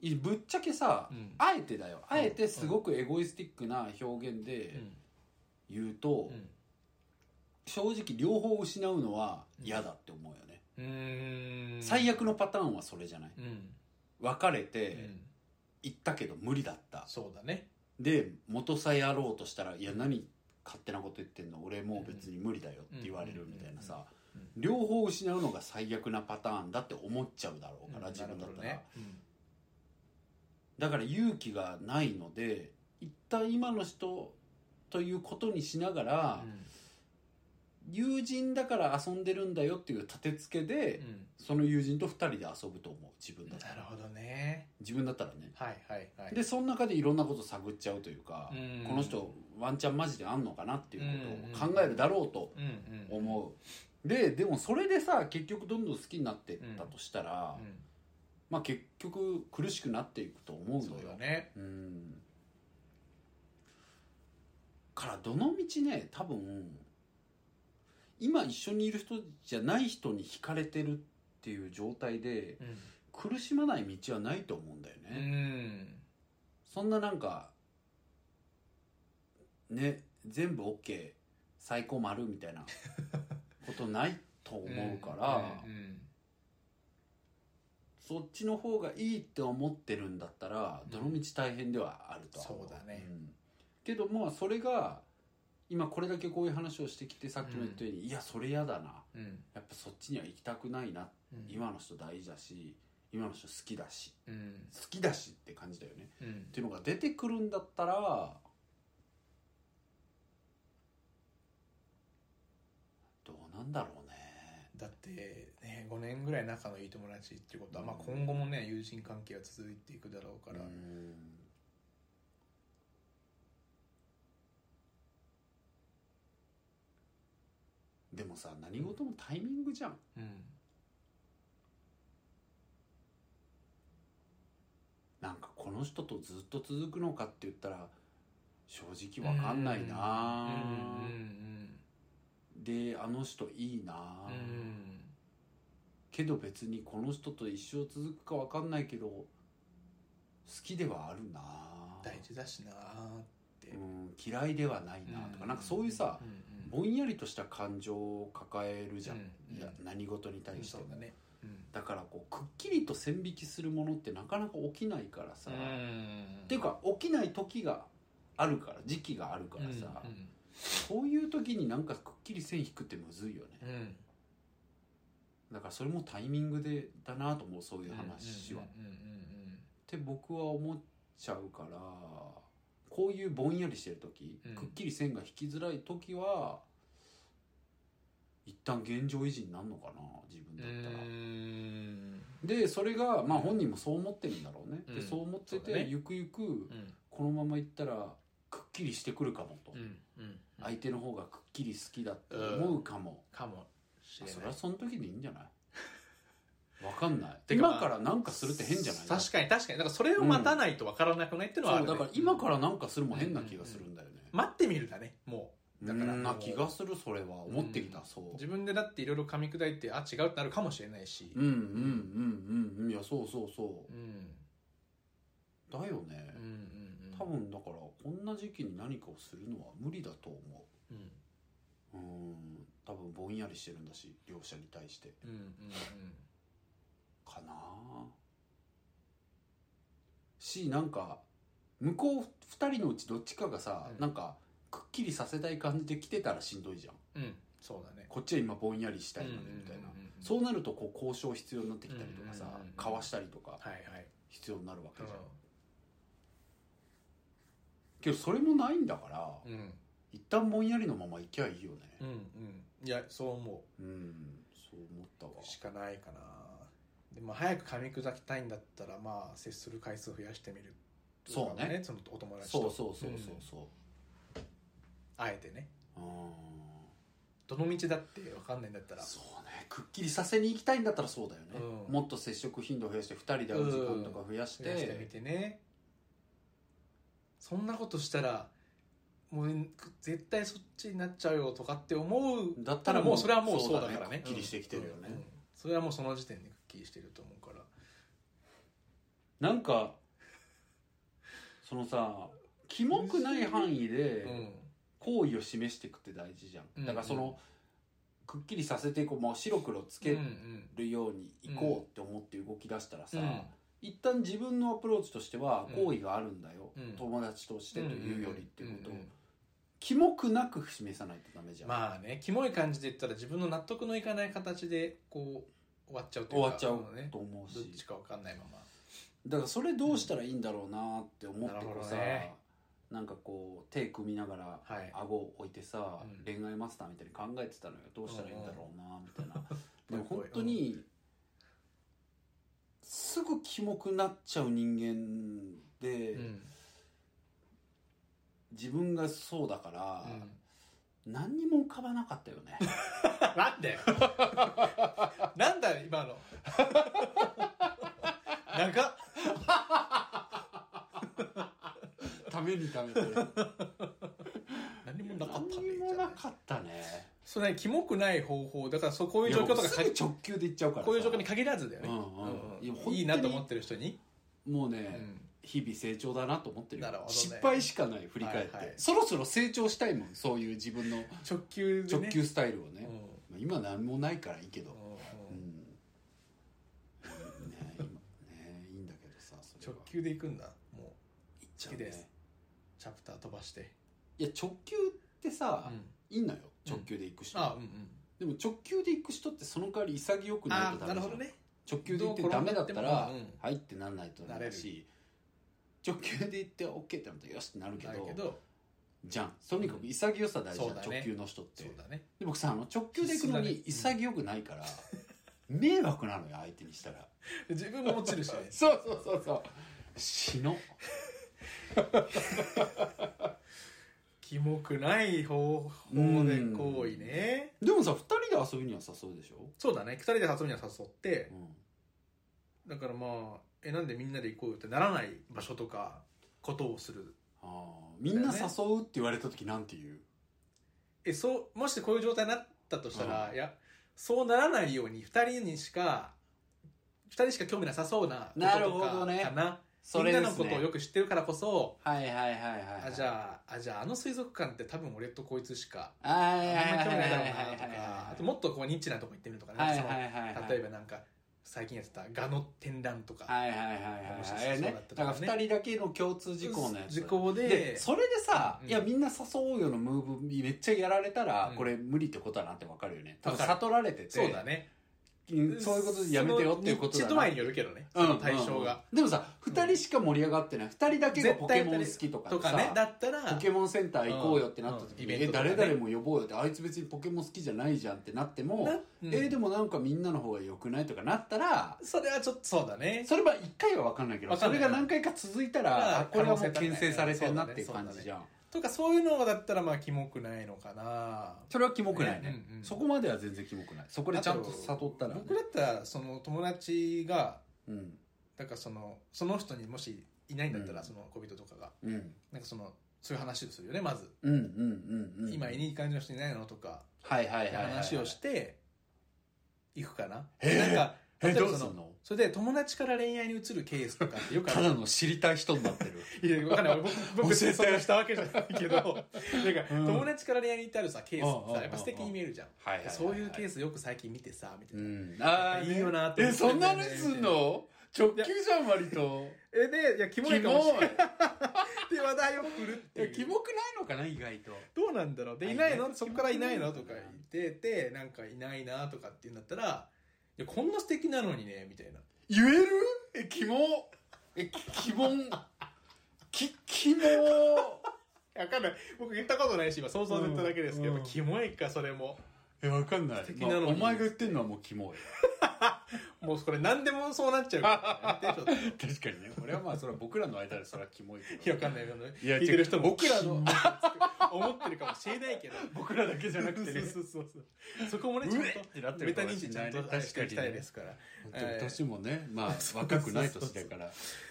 Speaker 2: いぶっちゃけさ、
Speaker 1: うん
Speaker 2: あえてだよあえてすごくエゴイスティックな表現
Speaker 1: う
Speaker 2: で
Speaker 1: ん
Speaker 2: 言うと、
Speaker 1: うん
Speaker 2: 正直両方失うのは嫌だって思うよね、
Speaker 1: うーん
Speaker 2: 最悪のパターンはそれじゃない
Speaker 1: うん
Speaker 2: 別れ
Speaker 1: う
Speaker 2: て
Speaker 1: ん
Speaker 2: 行ったけど無理だった、
Speaker 1: そうだね
Speaker 2: で元さえやろうとしたら「いや何勝手なこと言ってんの俺もう別に無理だよ」って言われるみたいなさ
Speaker 1: うんうんう
Speaker 2: 両
Speaker 1: ん
Speaker 2: 方失うのが最悪なパターンだって思っちゃうだろうから、
Speaker 1: うん
Speaker 2: 自分だったら、
Speaker 1: なるほどね
Speaker 2: だから勇気がないので一旦今の人ということにしながら、友人だから遊んでるんだよっていう立て付けで、
Speaker 1: うんうん
Speaker 2: その友人と2人で遊ぶと思う自分だった
Speaker 1: な
Speaker 2: ら
Speaker 1: るほどね
Speaker 2: 自分だったらね
Speaker 1: はいはいはい
Speaker 2: でその中でいろんなこと探っちゃうというか、
Speaker 1: うん
Speaker 2: この人ワンチャンマジであんのかなっていうことを
Speaker 1: うん
Speaker 2: 考えるだろうと
Speaker 1: うんうん
Speaker 2: 思うででもそれでさ結局どんどん好きになってったとしたら、
Speaker 1: うん
Speaker 2: まあ結局苦しくなっていくと思うのよ
Speaker 1: そうだね
Speaker 2: うんからどの道ね多分今一緒にいる人じゃない人に惹かれてるっていう状態で苦しまない道はないと思うんだよね、
Speaker 1: うん、うん
Speaker 2: そんななんかね全部 OK 最高丸みたいなことないと思うから、
Speaker 1: うん
Speaker 2: そっちの方がいいって思ってるんだったら、
Speaker 1: うん
Speaker 2: どの道大変ではあるとは思
Speaker 1: そうだね
Speaker 2: んけどまあそれが今これだけこういう話をしてきてさっきも言ったように、いやそれ嫌だな
Speaker 1: うんうん
Speaker 2: やっぱそっちには行きたくないな、
Speaker 1: うん
Speaker 2: 今の人大事だし今の人好きだし
Speaker 1: うん
Speaker 2: 好きだしって感じだよね
Speaker 1: うん
Speaker 2: っていうのが出てくるんだったらどうなんだろうね
Speaker 1: だって、ね、5年ぐらい仲のいい友達っていうことは、まあ、
Speaker 2: うん
Speaker 1: 今後もね友人関係は続いていくだろうか
Speaker 2: う
Speaker 1: ら、
Speaker 2: んでもさ何事もタイミングじゃん
Speaker 1: うん
Speaker 2: なんかこの人とずっと続くのかって言ったら正直わかんないな
Speaker 1: うん
Speaker 2: であの人いいな
Speaker 1: うんうん
Speaker 2: けど別にこの人と一生続くかわかんないけど好きではあるな
Speaker 1: 大事だしなって
Speaker 2: うん嫌いではないなとか、
Speaker 1: うん
Speaker 2: なんかそういうさ
Speaker 1: う、ん
Speaker 2: ぼんやりとした感情を抱えるじゃん、
Speaker 1: うん
Speaker 2: いや何事に
Speaker 1: う
Speaker 2: 対
Speaker 1: ん
Speaker 2: して
Speaker 1: そう
Speaker 2: も、
Speaker 1: だねうん
Speaker 2: だからこうくっきりと線引きするものってなかなか起きないからさ、っていうか起きない時があるから時期があるからさ、
Speaker 1: うん
Speaker 2: そういう時になんかくっきり線引くってむずいよね、
Speaker 1: うんうん
Speaker 2: だからそれもタイミングでだなと思うそういう話は、っ
Speaker 1: うんうんうん
Speaker 2: て僕は思っちゃうからこういうぼんやりしてる時、
Speaker 1: うん
Speaker 2: くっきり線が引きづらい時は一旦現状維持になるのかな自分
Speaker 1: う
Speaker 2: だ
Speaker 1: ん
Speaker 2: ったら、
Speaker 1: うん
Speaker 2: でそれがまあ本人もそう思ってるんだろうね、
Speaker 1: うん
Speaker 2: でそう思って
Speaker 1: そ
Speaker 2: て、
Speaker 1: うだね
Speaker 2: ゆくゆく
Speaker 1: うん
Speaker 2: このままいったらくっきりしてくるかもと、
Speaker 1: うんうん
Speaker 2: 相手の方がくっきり好きだって思うかも、
Speaker 1: かもしれ
Speaker 2: そ
Speaker 1: な
Speaker 2: れは
Speaker 1: い
Speaker 2: その時でいいんじゃないわかんない
Speaker 1: てかまあ
Speaker 2: 今からなんかするって変じゃない
Speaker 1: 確かに確かにだからそれを待たないとわからなくないっていうのはあ
Speaker 2: そ
Speaker 1: る
Speaker 2: う
Speaker 1: ね
Speaker 2: だから今からなんかするも変な気がするんだよね、
Speaker 1: 待ってみるだねもうだ
Speaker 2: だ
Speaker 1: か
Speaker 2: かららな気がするそれは思ってきた、
Speaker 1: うん
Speaker 2: そう
Speaker 1: 自分でだっていろいろ噛み砕いてあ違うってなるかもしれないし
Speaker 2: うんうんうんうんうんいやそうそうそ
Speaker 1: うん
Speaker 2: うだよね
Speaker 1: うんう、んうん
Speaker 2: 多分だからこんな時期に何かをするのは無理だと思
Speaker 1: うん
Speaker 2: ううん多分ぼんやりしてるんだし両者に対して
Speaker 1: うんうん
Speaker 2: かなしなんか向こう2人のうちどっちかがさ、
Speaker 1: うん
Speaker 2: なんかくっきりさせたい感じで来てたらしんどいじゃん
Speaker 1: うんうんそうだね
Speaker 2: こっちは今ぼんやりしたいのにみたいな、
Speaker 1: うんうんうんうん
Speaker 2: そうなるとこう交渉必要になってきたりとかさ、
Speaker 1: うんうんうんうん
Speaker 2: 交わしたりとか
Speaker 1: はいはい
Speaker 2: 必要になるわけじゃん、
Speaker 1: う
Speaker 2: けどそれもないんだから、
Speaker 1: んうん
Speaker 2: 一旦ぼんやりのまま行きゃいいよね
Speaker 1: うんうんいやそう思
Speaker 2: うん、そう思ったわ
Speaker 1: うしかないかなでも早く噛み砕きたいんだったらまあ接する回数を増やしてみる
Speaker 2: そうね
Speaker 1: そのお友達
Speaker 2: そう
Speaker 1: と
Speaker 2: そうそうそうそ
Speaker 1: あえてね
Speaker 2: ううん
Speaker 1: どの道だって分かんないんだったら
Speaker 2: そうねくっきりさせに行きたいんだったらそうだよね、
Speaker 1: うん
Speaker 2: もっと接触頻度増やして2人で会う時間とか増やして,、
Speaker 1: 増やしてみてねそんなことしたらもう絶対そっちになっちゃうよとかって思う
Speaker 2: だった
Speaker 1: た
Speaker 2: ら
Speaker 1: らもうそれはもうそうだ
Speaker 2: ね
Speaker 1: からね
Speaker 2: くっきりしてきてるよね、
Speaker 1: うんうんそれはもうその時点でくっきりしてると思うから
Speaker 2: なんかそのさキモくない範囲で
Speaker 1: うん
Speaker 2: 好意を示していくって大事じゃ
Speaker 1: うん
Speaker 2: んだからそのくっきりさせていこうもう白黒つけ
Speaker 1: うん
Speaker 2: るようにいこうって思って動き出したらさ、
Speaker 1: うん
Speaker 2: 一旦自分のアプローチとしては
Speaker 1: うん
Speaker 2: 好意があるんだよ、
Speaker 1: うん
Speaker 2: 友達としてというよりっていうことを
Speaker 1: んん
Speaker 2: キモくなく示さないとダメじゃん、
Speaker 1: まあねキモい感じで言ったら自分の納得のいかない形でこう終わっちゃうと
Speaker 2: 終
Speaker 1: いうか
Speaker 2: わっちゃう
Speaker 1: ね
Speaker 2: と思う
Speaker 1: どっ
Speaker 2: し
Speaker 1: ちか分かんないまま
Speaker 2: だからそれどうしたらいいんだろうなって思ってこうさ、
Speaker 1: うんなるほどね
Speaker 2: なんかこう手組みながら
Speaker 1: はい
Speaker 2: 顎を置いてさ、
Speaker 1: うん
Speaker 2: 恋愛マスターみたいに考えてたのよどうしたらいいんだろうなみたいな、
Speaker 1: う
Speaker 2: で
Speaker 1: ん
Speaker 2: も本当 に、すぐキモくなっちゃう人間で、
Speaker 1: うん
Speaker 2: 自分がそうだから、
Speaker 1: うん
Speaker 2: 何にも浮かばなかったよ ね
Speaker 1: なんでなんだよ 今の長った
Speaker 2: めにためて
Speaker 1: 何もなかったね
Speaker 2: 何にもなかったね
Speaker 1: そねキモくない方法だからそうこういう状況とか
Speaker 2: すぐ直球でいっちゃうからさ
Speaker 1: こういう状況に限らずだよね、
Speaker 2: うんうんいや本当に
Speaker 1: いいなと思ってる人に、
Speaker 2: もう
Speaker 1: う
Speaker 2: ね、
Speaker 1: ん
Speaker 2: 日々成長だなと思ってるよ
Speaker 1: なるほどね
Speaker 2: 失敗しかない振り返って、
Speaker 1: はいはい
Speaker 2: そろそろ成長したいもんそういう自分の
Speaker 1: 直球で、ね、
Speaker 2: 直球スタイルをね
Speaker 1: うん、うん
Speaker 2: まあ今何もないからいいけど、う
Speaker 1: うんん
Speaker 2: ね今ねいいんだけどさそれ
Speaker 1: 直
Speaker 2: は
Speaker 1: 球でいくんだもう
Speaker 2: いっちゃ
Speaker 1: 好
Speaker 2: う
Speaker 1: きです
Speaker 2: ね
Speaker 1: チャプター飛ばして、
Speaker 2: いや直球ってさ、
Speaker 1: うん
Speaker 2: いいのよ直球で行く人、
Speaker 1: あうんうん
Speaker 2: でも直球で行く人ってその代わり潔くない
Speaker 1: あ
Speaker 2: と
Speaker 1: あ
Speaker 2: ダメ
Speaker 1: な
Speaker 2: じゃ
Speaker 1: る
Speaker 2: ん
Speaker 1: ほどね
Speaker 2: 直球で行ってダメだったら、
Speaker 1: どう転んでもうん
Speaker 2: はいってなんないとダメだし直球で行って OK ってなるとよしってなるけ
Speaker 1: だ
Speaker 2: ど
Speaker 1: けど
Speaker 2: じゃんとにかく潔さ大事
Speaker 1: そう
Speaker 2: だ、
Speaker 1: だ
Speaker 2: ゃん
Speaker 1: ね
Speaker 2: 直球の人って、
Speaker 1: そうだね
Speaker 2: で僕さあの直球で行くのに
Speaker 1: 必須だね
Speaker 2: 潔くないから、迷惑なのよ相手にしたら
Speaker 1: 自分も落ちるしね
Speaker 2: そうそうそうそう死の
Speaker 1: キモくない方法で行為ね
Speaker 2: でもさ二人で遊びには誘うでしょ、
Speaker 1: そうだね2人で遊ぶには誘って
Speaker 2: うん、
Speaker 1: だからまあえなんでみんなで行こうよってならない場所とかことをする
Speaker 2: あーみんな
Speaker 1: だよね
Speaker 2: 誘うって言われた時なんて言う
Speaker 1: えそうもしこういう状態になったとしたら、
Speaker 2: うん
Speaker 1: いやそうならないように2人にしか2人しか興味なさそうなこと
Speaker 2: なる
Speaker 1: と
Speaker 2: ほ
Speaker 1: か
Speaker 2: どね
Speaker 1: かな、
Speaker 2: それ
Speaker 1: み
Speaker 2: で
Speaker 1: んなの
Speaker 2: す
Speaker 1: こ
Speaker 2: ね
Speaker 1: とをよく知ってるからこそ
Speaker 2: はいはいはいはい、
Speaker 1: あじゃああじゃああの水族館って多分俺とこいつしか
Speaker 2: あはい
Speaker 1: あん
Speaker 2: はい
Speaker 1: ま
Speaker 2: はい
Speaker 1: り
Speaker 2: はい
Speaker 1: 興味
Speaker 2: は
Speaker 1: ないい
Speaker 2: は
Speaker 1: だろうなと
Speaker 2: い
Speaker 1: かあと
Speaker 2: は
Speaker 1: もっとこうニッチなとこ行ってみるとかね、
Speaker 2: いはい
Speaker 1: その
Speaker 2: はいはい
Speaker 1: 例えばなんか最近やってた蛾の展覧とか、
Speaker 2: はいはいはい
Speaker 1: もし
Speaker 2: は
Speaker 1: そう
Speaker 2: いは
Speaker 1: だ
Speaker 2: い
Speaker 1: った
Speaker 2: ね
Speaker 1: とか
Speaker 2: だ
Speaker 1: ね
Speaker 2: から二人だけの共通事項のやつ
Speaker 1: 事項で
Speaker 2: でそれでさ、
Speaker 1: うん
Speaker 2: いやみんな誘おうよのムーブめっちゃやられたら、
Speaker 1: うん
Speaker 2: これ無理ってことだなってわかるよね多分
Speaker 1: わかる
Speaker 2: 悟られてて
Speaker 1: そうだね
Speaker 2: うんそういうことでやめてよっていうこと
Speaker 1: そのニッチ
Speaker 2: だ
Speaker 1: 度合
Speaker 2: ない
Speaker 1: によるけどね、
Speaker 2: うん
Speaker 1: その対象が、
Speaker 2: うんでもさ二人しか盛り上がってない二人だけがポケモン好きとか
Speaker 1: と
Speaker 2: でさ
Speaker 1: かねだったら
Speaker 2: ポケモンセンター行こうよってなった時
Speaker 1: うんイ
Speaker 2: に、
Speaker 1: ベン
Speaker 2: え
Speaker 1: トとかね
Speaker 2: 誰々も呼ぼうよってあいつ別にポケモン好きじゃないじゃんってなっても、
Speaker 1: なうん
Speaker 2: えーでもなんかみんなの方が良くないとかなったら
Speaker 1: それはちょっとそうだね
Speaker 2: それは一回は分かんないけど
Speaker 1: 分かん
Speaker 2: そ
Speaker 1: ない
Speaker 2: れが何回か続いた
Speaker 1: ま
Speaker 2: ら
Speaker 1: あ
Speaker 2: あこれはもう
Speaker 1: 可能性
Speaker 2: 牽制されてるな
Speaker 1: 高い
Speaker 2: って
Speaker 1: ね
Speaker 2: いう感じじゃん
Speaker 1: とかそういうのだったらまあキモくないのかな
Speaker 2: それはキモくないね
Speaker 1: うんうん
Speaker 2: そこまでは全然キモくないそこでちゃんと悟ったらね、
Speaker 1: 僕だったらその友達が
Speaker 2: うん
Speaker 1: だからそのその人にもしいないんだったら、
Speaker 2: うん
Speaker 1: その恋人とかが
Speaker 2: うん
Speaker 1: なんかそのそういう話をするよねまず、
Speaker 2: うんうんうんうん
Speaker 1: 今いい感じの人いないのとか
Speaker 2: はいはいはいはい、
Speaker 1: 話をしていくかな、
Speaker 2: へえ
Speaker 1: なんか
Speaker 2: え
Speaker 1: 例えば
Speaker 2: どう
Speaker 1: そ
Speaker 2: す
Speaker 1: の
Speaker 2: んの
Speaker 1: それで友達から恋愛に移るケースとかってよくあ
Speaker 2: た
Speaker 1: る
Speaker 2: だの知りたい人になってる
Speaker 1: いやわかんない僕僕
Speaker 2: 教えて
Speaker 1: そんなしたわけじゃない けどなんか
Speaker 2: うん
Speaker 1: 友達から恋愛に至るさケースって
Speaker 2: うんうんうんう
Speaker 1: さ
Speaker 2: ん
Speaker 1: やっぱ素敵に見えるじゃん
Speaker 2: はいはいはいはい
Speaker 1: そういうケースよく最近見てさみた
Speaker 2: う
Speaker 1: いなん
Speaker 2: あー
Speaker 1: いいよなって
Speaker 2: えそんなのすんの直球じゃん割と
Speaker 1: えでいやキモいかもしれないって話題を振るっていう
Speaker 2: キモくないのかな意外と
Speaker 1: どうなんだろうでいないのそこからいないのとか言っててなんかいないなとかって言うんだったらいやこんな素敵なのにねみたいな
Speaker 2: 言えるえキモえきキモンきキモ
Speaker 1: わかんない僕言ったことないし今想像で言っただけですけど、
Speaker 2: うんうん
Speaker 1: キモいかそれも
Speaker 2: えわかんない
Speaker 1: 素敵な
Speaker 2: まあ
Speaker 1: のに
Speaker 2: お前が言ってんのはもうキモい
Speaker 1: もうこれ何でもそうなっちゃうからやめてちょっと
Speaker 2: 確かにね俺はまあそれは僕らの間でそれはキモいけど
Speaker 1: いやわかんないけどね
Speaker 2: いや
Speaker 1: 聞いてる人も
Speaker 2: 違う
Speaker 1: 僕らの思ってるかもしれないけど
Speaker 2: 僕らだけじゃなくてね
Speaker 1: そうそうそうそうそこもねち
Speaker 2: うえって
Speaker 1: ゃ
Speaker 2: なんっ
Speaker 1: と
Speaker 2: て
Speaker 1: メ
Speaker 2: る
Speaker 1: タ
Speaker 2: かも
Speaker 1: 認
Speaker 2: し
Speaker 1: 知
Speaker 2: れ
Speaker 1: ち
Speaker 2: な
Speaker 1: ゃん
Speaker 2: い
Speaker 1: と
Speaker 2: ね
Speaker 1: 出していきたいですから、
Speaker 2: 本当に年もねま あ若くない年だから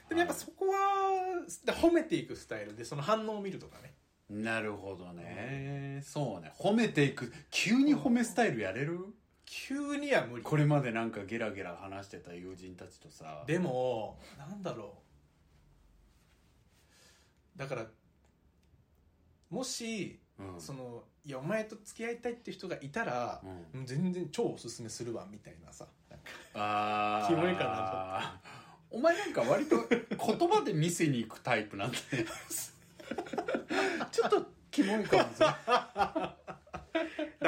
Speaker 1: でもやっぱそこはで褒めていくスタイルでその反応を見るとかね
Speaker 2: なるほどねそうね褒めていく急に褒めスタイルやれる
Speaker 1: 急には無理
Speaker 2: これまでなんかゲラゲラ話してた友人たちとさ
Speaker 1: でもなんだろうだからもし、
Speaker 2: うん
Speaker 1: そのいやお前と付き合いたいって人がいたら
Speaker 2: う、ん
Speaker 1: うん全然超おすすめするわみたいなさなんか
Speaker 2: ああ
Speaker 1: キモいか
Speaker 2: お前なんか割と言葉で見せに行くタイプなんで ちょっとキモいかもしれない
Speaker 1: だ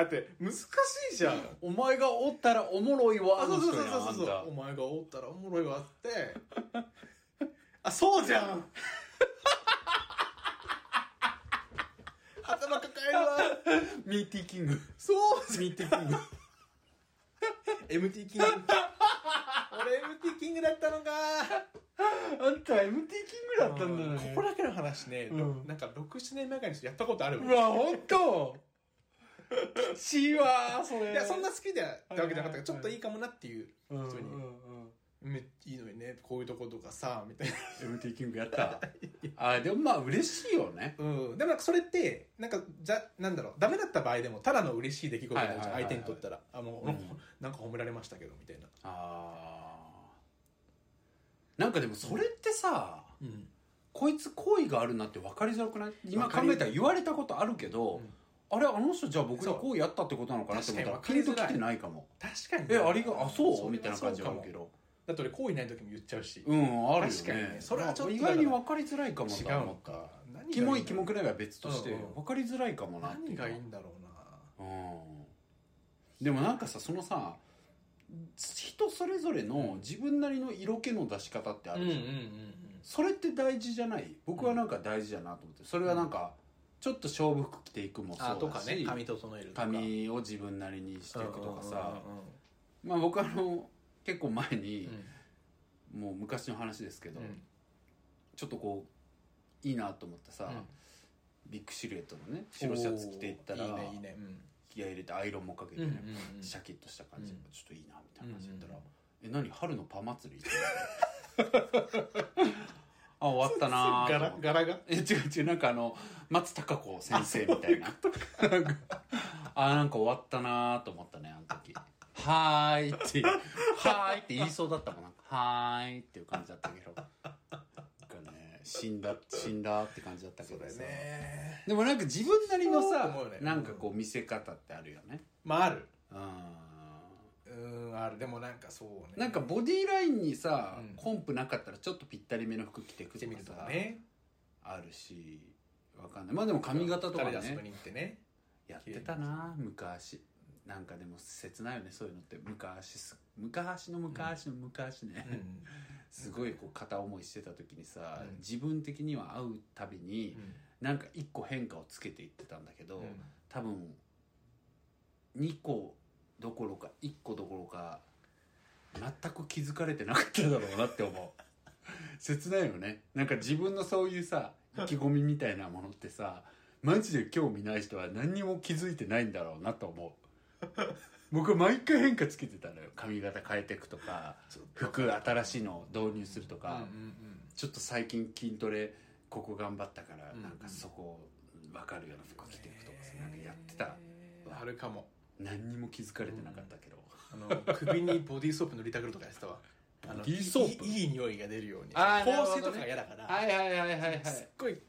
Speaker 1: って難しいじゃん
Speaker 2: お前がおったらおもろいわ
Speaker 1: あそうそうそうそうそう
Speaker 2: あの人
Speaker 1: お
Speaker 2: や
Speaker 1: 前がおったらおもろいわって あそうじゃん 頭抱えるわ
Speaker 2: あんたミーティーキング
Speaker 1: そう
Speaker 2: ミーティーキング
Speaker 1: MT キング俺 MT キングだったのか
Speaker 2: あんた MT キングだったんだね
Speaker 1: ここだけの話ね、
Speaker 2: うん
Speaker 1: なんか67年前からやったことあるもん
Speaker 2: うわ本当 きちいわそれ
Speaker 1: いやそんな好きでってわけじゃなかったけど、
Speaker 2: はいはいはい
Speaker 1: ちょっといいかもなっていう
Speaker 2: うんうん
Speaker 1: 普通に
Speaker 2: うん
Speaker 1: めいいのにねこういうとことかさみたいな
Speaker 2: MT キングやったあでもまあ嬉しいよね
Speaker 1: うんでもなんかそれってなんかじゃなんだろうダメだった場合でもただの嬉しい出来事になるじゃん
Speaker 2: はいはいはい
Speaker 1: 相
Speaker 2: はい
Speaker 1: 手にとったらあもう、
Speaker 2: うん
Speaker 1: なんか褒められましたけどみたいな
Speaker 2: あーなんかでもそれってさ
Speaker 1: うん
Speaker 2: こいつ好意があるなって分かりづらくない今
Speaker 1: 分か
Speaker 2: 考
Speaker 1: り
Speaker 2: えたら言われたことあるけど、
Speaker 1: うん
Speaker 2: あれあの人じゃあ僕に
Speaker 1: そう
Speaker 2: 好意あったってことなのかなって思ったら
Speaker 1: 確か
Speaker 2: ピ
Speaker 1: に
Speaker 2: ン
Speaker 1: 分
Speaker 2: と
Speaker 1: かりづらい
Speaker 2: きてないかも
Speaker 1: 確かに
Speaker 2: えありがあそう
Speaker 1: れは
Speaker 2: みたいな感じはあるけ
Speaker 1: そうかも
Speaker 2: ど
Speaker 1: だって俺好意ない時も言っちゃうし、
Speaker 2: うんあるよね
Speaker 1: 確かにねそれはちょっと
Speaker 2: 意外に分かりづらいかも
Speaker 1: 違う
Speaker 2: な
Speaker 1: のか何がいいんだろう
Speaker 2: キモいキモくないは別として、
Speaker 1: うんうん
Speaker 2: 分かりづらいかもなっていう
Speaker 1: 何
Speaker 2: のは
Speaker 1: がいいんだろうな
Speaker 2: うんでもなんかさそのさ人それぞれの自分なりの色気の出し方ってあるじゃん、それって大事じゃない僕はなんか大事だなと思ってそれはなんかちょっと勝負服着ていくもそうだ
Speaker 1: あ
Speaker 2: し
Speaker 1: とかね髪整えるとか
Speaker 2: 髪を自分なりにしていくとかさ
Speaker 1: うんうんうん
Speaker 2: まあ僕あの結構前
Speaker 1: う
Speaker 2: に
Speaker 1: ん、
Speaker 2: もう昔の話ですけど、
Speaker 1: うん
Speaker 2: ちょっとこういいなと思ってさ、
Speaker 1: うん
Speaker 2: ビッグシルエットのね白シャツ着ていったら
Speaker 1: おーいいねいいねうん
Speaker 2: 気合い入れてアイロンもかけて
Speaker 1: うん
Speaker 2: ね、
Speaker 1: うんうん
Speaker 2: シャキッとした感じ、
Speaker 1: うん
Speaker 2: ちょっといいなみたいな感じだったら
Speaker 1: うん
Speaker 2: 「え何春のパン 祭り?」あ終わったなーと思って
Speaker 1: 柄が
Speaker 2: え違う違うなんかあの松たか子先生みた いななんかあなんか終わったなーと思ったねあの時「はーい」って「はーい」って言いそうだったもんなんか「はーい」っていう感じだったけどなんかね死んだ死んだって感じだったけ
Speaker 1: そう
Speaker 2: ど
Speaker 1: だよ
Speaker 2: さ、
Speaker 1: ね
Speaker 2: でもなんか自分なりの
Speaker 1: そう
Speaker 2: さ
Speaker 1: 思うよ、ね
Speaker 2: なんかこう見せ方ってあるよね
Speaker 1: まあある
Speaker 2: うん
Speaker 1: うーんあるでもなんかそうね
Speaker 2: なんかボディラインにさ、
Speaker 1: うん
Speaker 2: コンプなかったらちょっとぴったりめの服着てく
Speaker 1: 着て
Speaker 2: と
Speaker 1: み
Speaker 2: か
Speaker 1: ると
Speaker 2: さ、
Speaker 1: かね
Speaker 2: あるしわかんないまあでも髪型とか
Speaker 1: 二人で遊び
Speaker 2: ね
Speaker 1: に行ってね
Speaker 2: やってたな昔なんかでも切ないよねそういうのって昔す昔の昔の昔ね、
Speaker 1: うん
Speaker 2: すごいこう片思いしてた時にさ、
Speaker 1: うん
Speaker 2: 自分的には会うたびになんか一個変化をつけていってたんだけど、多分2個どころか1個どころか全く気づかれてなかっただろうなって思う切ないよねなんか自分のそういうさ意気込みみたいなものってさマジで興味ない人は何にも気づいてないんだろうなと思う僕は毎回変化つけてたのよ髪型変えていくとか服新しいのを導入すると
Speaker 1: うんうん
Speaker 2: か、ちょっと最近筋トレここ頑張ったから
Speaker 1: うん
Speaker 2: なんかそこ分かるような服着ていくとかさ
Speaker 1: ね
Speaker 2: なんかやってた
Speaker 1: うんあるかも
Speaker 2: 何にも気づかれてなかったけど、
Speaker 1: あの首にボディーソープ塗りたくるとかやってたわあの
Speaker 2: ボディーソープ
Speaker 1: いいいい匂いが出るように
Speaker 2: あーなる
Speaker 1: 香
Speaker 2: ほどね
Speaker 1: 水とかが嫌だから、
Speaker 2: いはいはいはいは
Speaker 1: すっごい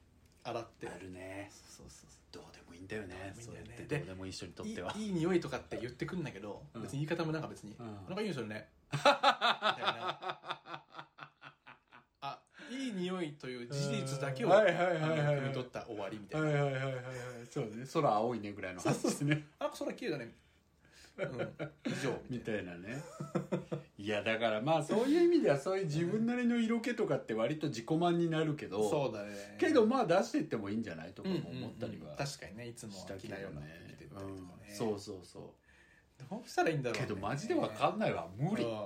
Speaker 1: 洗って
Speaker 2: あるね
Speaker 1: そうそうそ
Speaker 2: どうでもいいんだよね
Speaker 1: ど
Speaker 2: そ
Speaker 1: うでもい
Speaker 2: れ
Speaker 1: いんだよね
Speaker 2: ってどうでもいい人にと
Speaker 1: う
Speaker 2: ってはい
Speaker 1: いいい匂いとかって言ってくんだけど、
Speaker 2: うん
Speaker 1: 別に言い方もなんか別に、
Speaker 2: うん
Speaker 1: なんかいいんです よねみたいなあいい匂いという事実だけを、
Speaker 2: うんはいはいはい
Speaker 1: あの
Speaker 2: はいはい
Speaker 1: 汲み取った終わりみたいな、
Speaker 2: はいはいはいはいはいそうね空青いねぐらいの話ですね
Speaker 1: あ空綺麗だね、うん、以上
Speaker 2: み
Speaker 1: みた
Speaker 2: た
Speaker 1: いない
Speaker 2: なねいやだからまあそういう意味ではそういう自分なりの色気とかって割と自己満になるけど
Speaker 1: そうだね
Speaker 2: けどまあ出していってもいいんじゃないとか
Speaker 1: うん
Speaker 2: も
Speaker 1: うんうん
Speaker 2: 思ったりは
Speaker 1: 確かにねいつも
Speaker 2: した
Speaker 1: は
Speaker 2: け
Speaker 1: 着
Speaker 2: ど
Speaker 1: ない
Speaker 2: ね
Speaker 1: ような服着てったりとかね、
Speaker 2: うんそうそうそ
Speaker 1: どうしたらいいんだ
Speaker 2: う
Speaker 1: ろう、
Speaker 2: けどマジでわかんないわ無理
Speaker 1: うん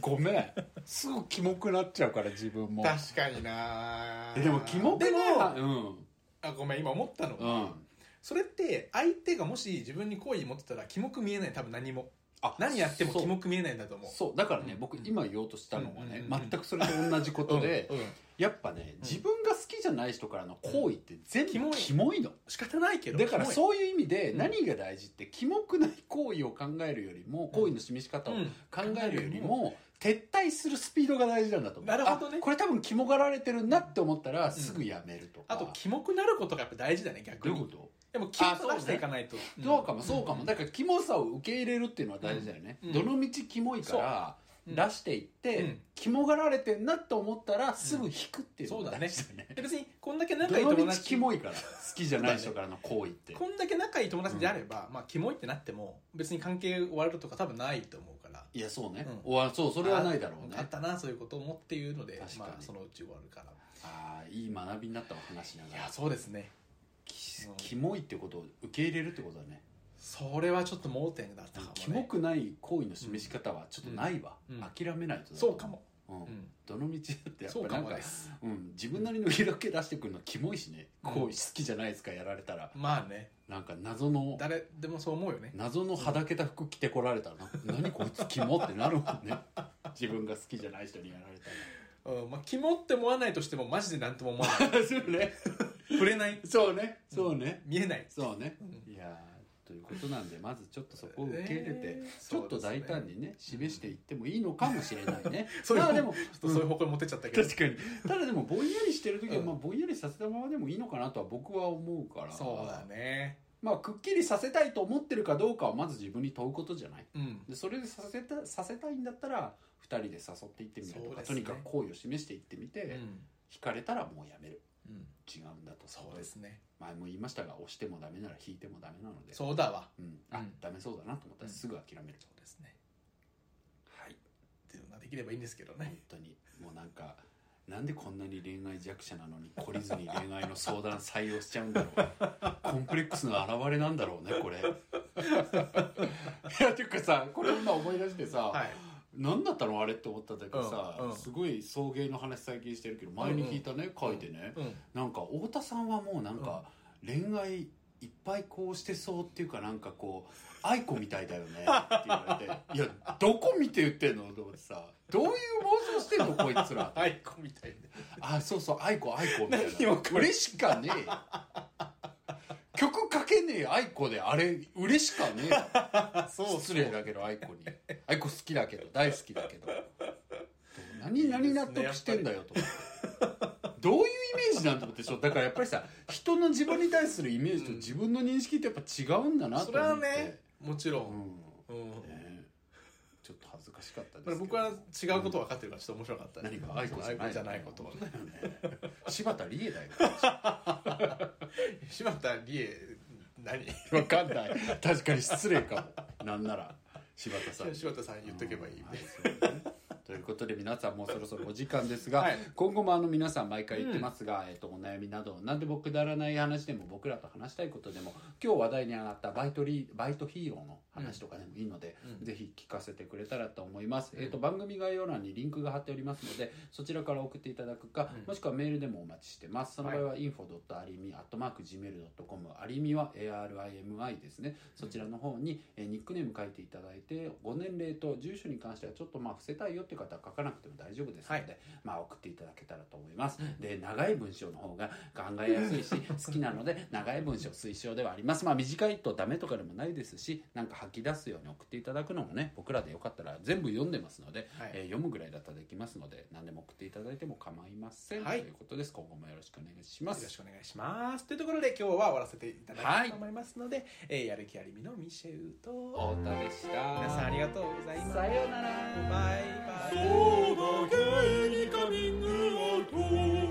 Speaker 2: ごめんすぐキモくなっちゃうから自分も
Speaker 1: 確かにな
Speaker 2: でもキモくない
Speaker 1: でも
Speaker 2: うん
Speaker 1: あごめん今思ったの
Speaker 2: う
Speaker 1: が、
Speaker 2: ん
Speaker 1: それって相手がもし自分に好意持ってたらキモく見えない多分何も
Speaker 2: あ
Speaker 1: 何やってもキ
Speaker 2: そう
Speaker 1: モく見えないんだと思う
Speaker 2: そうだからね
Speaker 1: うん
Speaker 2: 僕今言おうとしたのはね
Speaker 1: うんうん
Speaker 2: 全くそれと同じことで
Speaker 1: うんうん
Speaker 2: やっぱね自分が好きじゃない人からの行為って全
Speaker 1: キモ
Speaker 2: 部
Speaker 1: い
Speaker 2: キモいの
Speaker 1: 仕方ないけど
Speaker 2: だから
Speaker 1: キモい
Speaker 2: そういう意味で
Speaker 1: うん
Speaker 2: 何が大事ってキモくない行為を考えるよりも行為の示し方を
Speaker 1: うん
Speaker 2: 考えるよりも撤退するスピードが大事なんだと思う
Speaker 1: なるほどね
Speaker 2: あこれ多分キモがられてるなって思ったらすぐやめるとか、
Speaker 1: あとキモくなることがやっぱ大事だね逆
Speaker 2: どういう
Speaker 1: に
Speaker 2: こと
Speaker 1: でもキモと出していかないと
Speaker 2: どうかもそうかも、だ
Speaker 1: か
Speaker 2: からキモさを受け入れるっていうのは大事だよね、
Speaker 1: うん
Speaker 2: どの道キモいから
Speaker 1: うん
Speaker 2: 出していって、
Speaker 1: うん
Speaker 2: キモがられてんなって思ったらすぐ引くっていうのが大事だよね,、
Speaker 1: ら別にこんだけ仲いい
Speaker 2: どの
Speaker 1: 友
Speaker 2: 道
Speaker 1: 達
Speaker 2: キモいから好きじゃない人からの行為って、
Speaker 1: こんだけ仲いい友達であれば、まあキモいってなっても別に関係終わるとか多分ないと思うから
Speaker 2: いやそうね、
Speaker 1: う
Speaker 2: おわそうそれはないだろうね
Speaker 1: あったなそういうこともっていうので
Speaker 2: 確かに
Speaker 1: まあそのうち終わるから
Speaker 2: ああいい学びになったお話しなが
Speaker 1: い
Speaker 2: ら
Speaker 1: やそうですね
Speaker 2: き
Speaker 1: うん
Speaker 2: キモいってことを受け入れるってことだね
Speaker 1: それはちょっと盲点だったかもね
Speaker 2: キモくない行為の示し方はちょっとないわ、
Speaker 1: うんうん
Speaker 2: 諦めないとだと
Speaker 1: そうかも、
Speaker 2: 思う、
Speaker 1: う
Speaker 2: うん
Speaker 1: ん、
Speaker 2: どの道だってやっぱ
Speaker 1: そう
Speaker 2: り
Speaker 1: か
Speaker 2: なん
Speaker 1: も
Speaker 2: か
Speaker 1: です
Speaker 2: う、ん、自分なりの色気出してくるのキモいしね、
Speaker 1: うん
Speaker 2: 行為好きじゃないですかやられたら
Speaker 1: まあね
Speaker 2: なんか謎の
Speaker 1: 誰でもそう思うよね
Speaker 2: 謎のはだけた服着てこられたらなんか何こいつキモってなるもんね自分が好きじゃない人にやられた
Speaker 1: うんまあ、肝って思わないとしてもマジで何とも思わない
Speaker 2: らそうね
Speaker 1: 触れない
Speaker 2: そうねそうね、
Speaker 1: 見えない
Speaker 2: そうね
Speaker 1: う
Speaker 2: いやーということなんでまずちょっとそこを受け入れて、
Speaker 1: えー
Speaker 2: ちょっと大胆にね示していってもいいのかもしれないね
Speaker 1: そういう
Speaker 2: まあでも
Speaker 1: ちょっとそういう方向に持ってっちゃったけど、
Speaker 2: 確かにただでもぼんやりしてる時は、
Speaker 1: うん
Speaker 2: まあ、ぼんやりさせたままでもいいのかなとは僕は思うから
Speaker 1: そうだね
Speaker 2: まあくっきりさせたいと思ってるかどうかはまず自分に問うことじゃない
Speaker 1: うん
Speaker 2: でそれでさせたさせたいんだったら2人で誘っていってみると
Speaker 1: そう
Speaker 2: か、
Speaker 1: です
Speaker 2: と
Speaker 1: ね
Speaker 2: にかく好意を示していってみて、
Speaker 1: うん
Speaker 2: 引かれたらもうやめる
Speaker 1: うん、
Speaker 2: 違うんだと
Speaker 1: そうですね
Speaker 2: 前も言いましたが押してもダメなら引いてもダメなので
Speaker 1: そうだわ
Speaker 2: うん、あ、
Speaker 1: うん
Speaker 2: ダメそうだなと思ったらすぐ諦めると、
Speaker 1: そうですね
Speaker 2: はい
Speaker 1: っていうのができればいいんですけど
Speaker 2: 本
Speaker 1: ね
Speaker 2: 当にもうなんかなんでこんなに恋愛弱者なのに懲りずに恋愛の相談採用しちゃうんだろうコンプレックスの表れなんだろうねこれいやていうかさこれ今思い出してさ、
Speaker 1: はい
Speaker 2: 何だったのあれって思ったんだけどさ、
Speaker 1: うんうん
Speaker 2: すごい送迎の話最近してるけど前に聞いたね、書いてね、
Speaker 1: うん
Speaker 2: なんか太田さんはもうなんか恋愛いっぱいこうしてそうっていうかなんかこう愛子みたいだよねって言われていやどこ見て言ってんのと思ってさどういう妄想してんのこいつら
Speaker 1: アイコみたいで
Speaker 2: あそうそう愛子愛子みたい
Speaker 1: 何
Speaker 2: な
Speaker 1: をこれ
Speaker 2: 嬉しかねえよ曲かけねえ愛子であれ嬉しかねえよ
Speaker 1: あ そう
Speaker 2: 失礼だけど愛子に愛子好きだけど大好きだけど何何納得してんだよと思ってどういうイメージなんと思ってしょだからやっぱりさ人の自分に対するイメージと自分の認識ってやっぱ違うんだなと思って
Speaker 1: それはねもちろ、
Speaker 2: うんん
Speaker 1: うんだ
Speaker 2: ねちょっと恥ずかしかったです
Speaker 1: か
Speaker 2: け
Speaker 1: ら
Speaker 2: ど
Speaker 1: 僕は違うこと分かってるからちょっと面白かったね
Speaker 2: 何が愛子じゃない
Speaker 1: じゃないことをね
Speaker 2: 柴田理恵だよ
Speaker 1: 柴田理恵何
Speaker 2: わかんない確かに失礼かもなんなら柴田さんに
Speaker 1: 柴田さん言っとけばいいね
Speaker 2: うんはいそうねということで皆さんもうそろそろお時間ですが、
Speaker 1: はい
Speaker 2: 今後もあの皆さん毎回言ってますが、えっとお悩みなど何でもくだらない話でも僕らと話したいことでも今日話題に上がったバイトリーバイトヒーローの話とかでもいいので、
Speaker 1: うん
Speaker 2: ぜひ聞かせてくれたらと思います、
Speaker 1: うん
Speaker 2: えっと番組概要欄にリンクが貼っておりますのでそちらから送っていただくか、
Speaker 1: うん
Speaker 2: もしくはメールでもお待ちしてますその場合は info.arimi.gmail.com アリミは ARIMI ですねそちらの方に、えーニックネーム書いていただいてご年齢と住所に関してはちょっとまあ伏せたいよっていう方は書かなくても大丈夫ですので、
Speaker 1: は
Speaker 2: まあ送っていただけたらと思いますで長い文章の方が考えやすいし 好きなので長い文章推奨ではありますまあ短いとダメとかでもないですしなんか吐き出すように送っていただくのもね僕らでよかったら全部読んでますので、
Speaker 1: はい
Speaker 2: えー読むぐらいだったらできますので何でも送っていただいても構いません、
Speaker 1: はい
Speaker 2: ということです今後もよろしくお願いしま
Speaker 1: よろし
Speaker 2: す
Speaker 1: くお願いします。というところで今日は終わらせていただきたいと思いますので、えーやる気ありみのミシェウと
Speaker 2: 太田でした
Speaker 1: 皆さんありがとうございます。
Speaker 2: さようなら
Speaker 1: バイバイ。
Speaker 3: そうだけにカミングアウト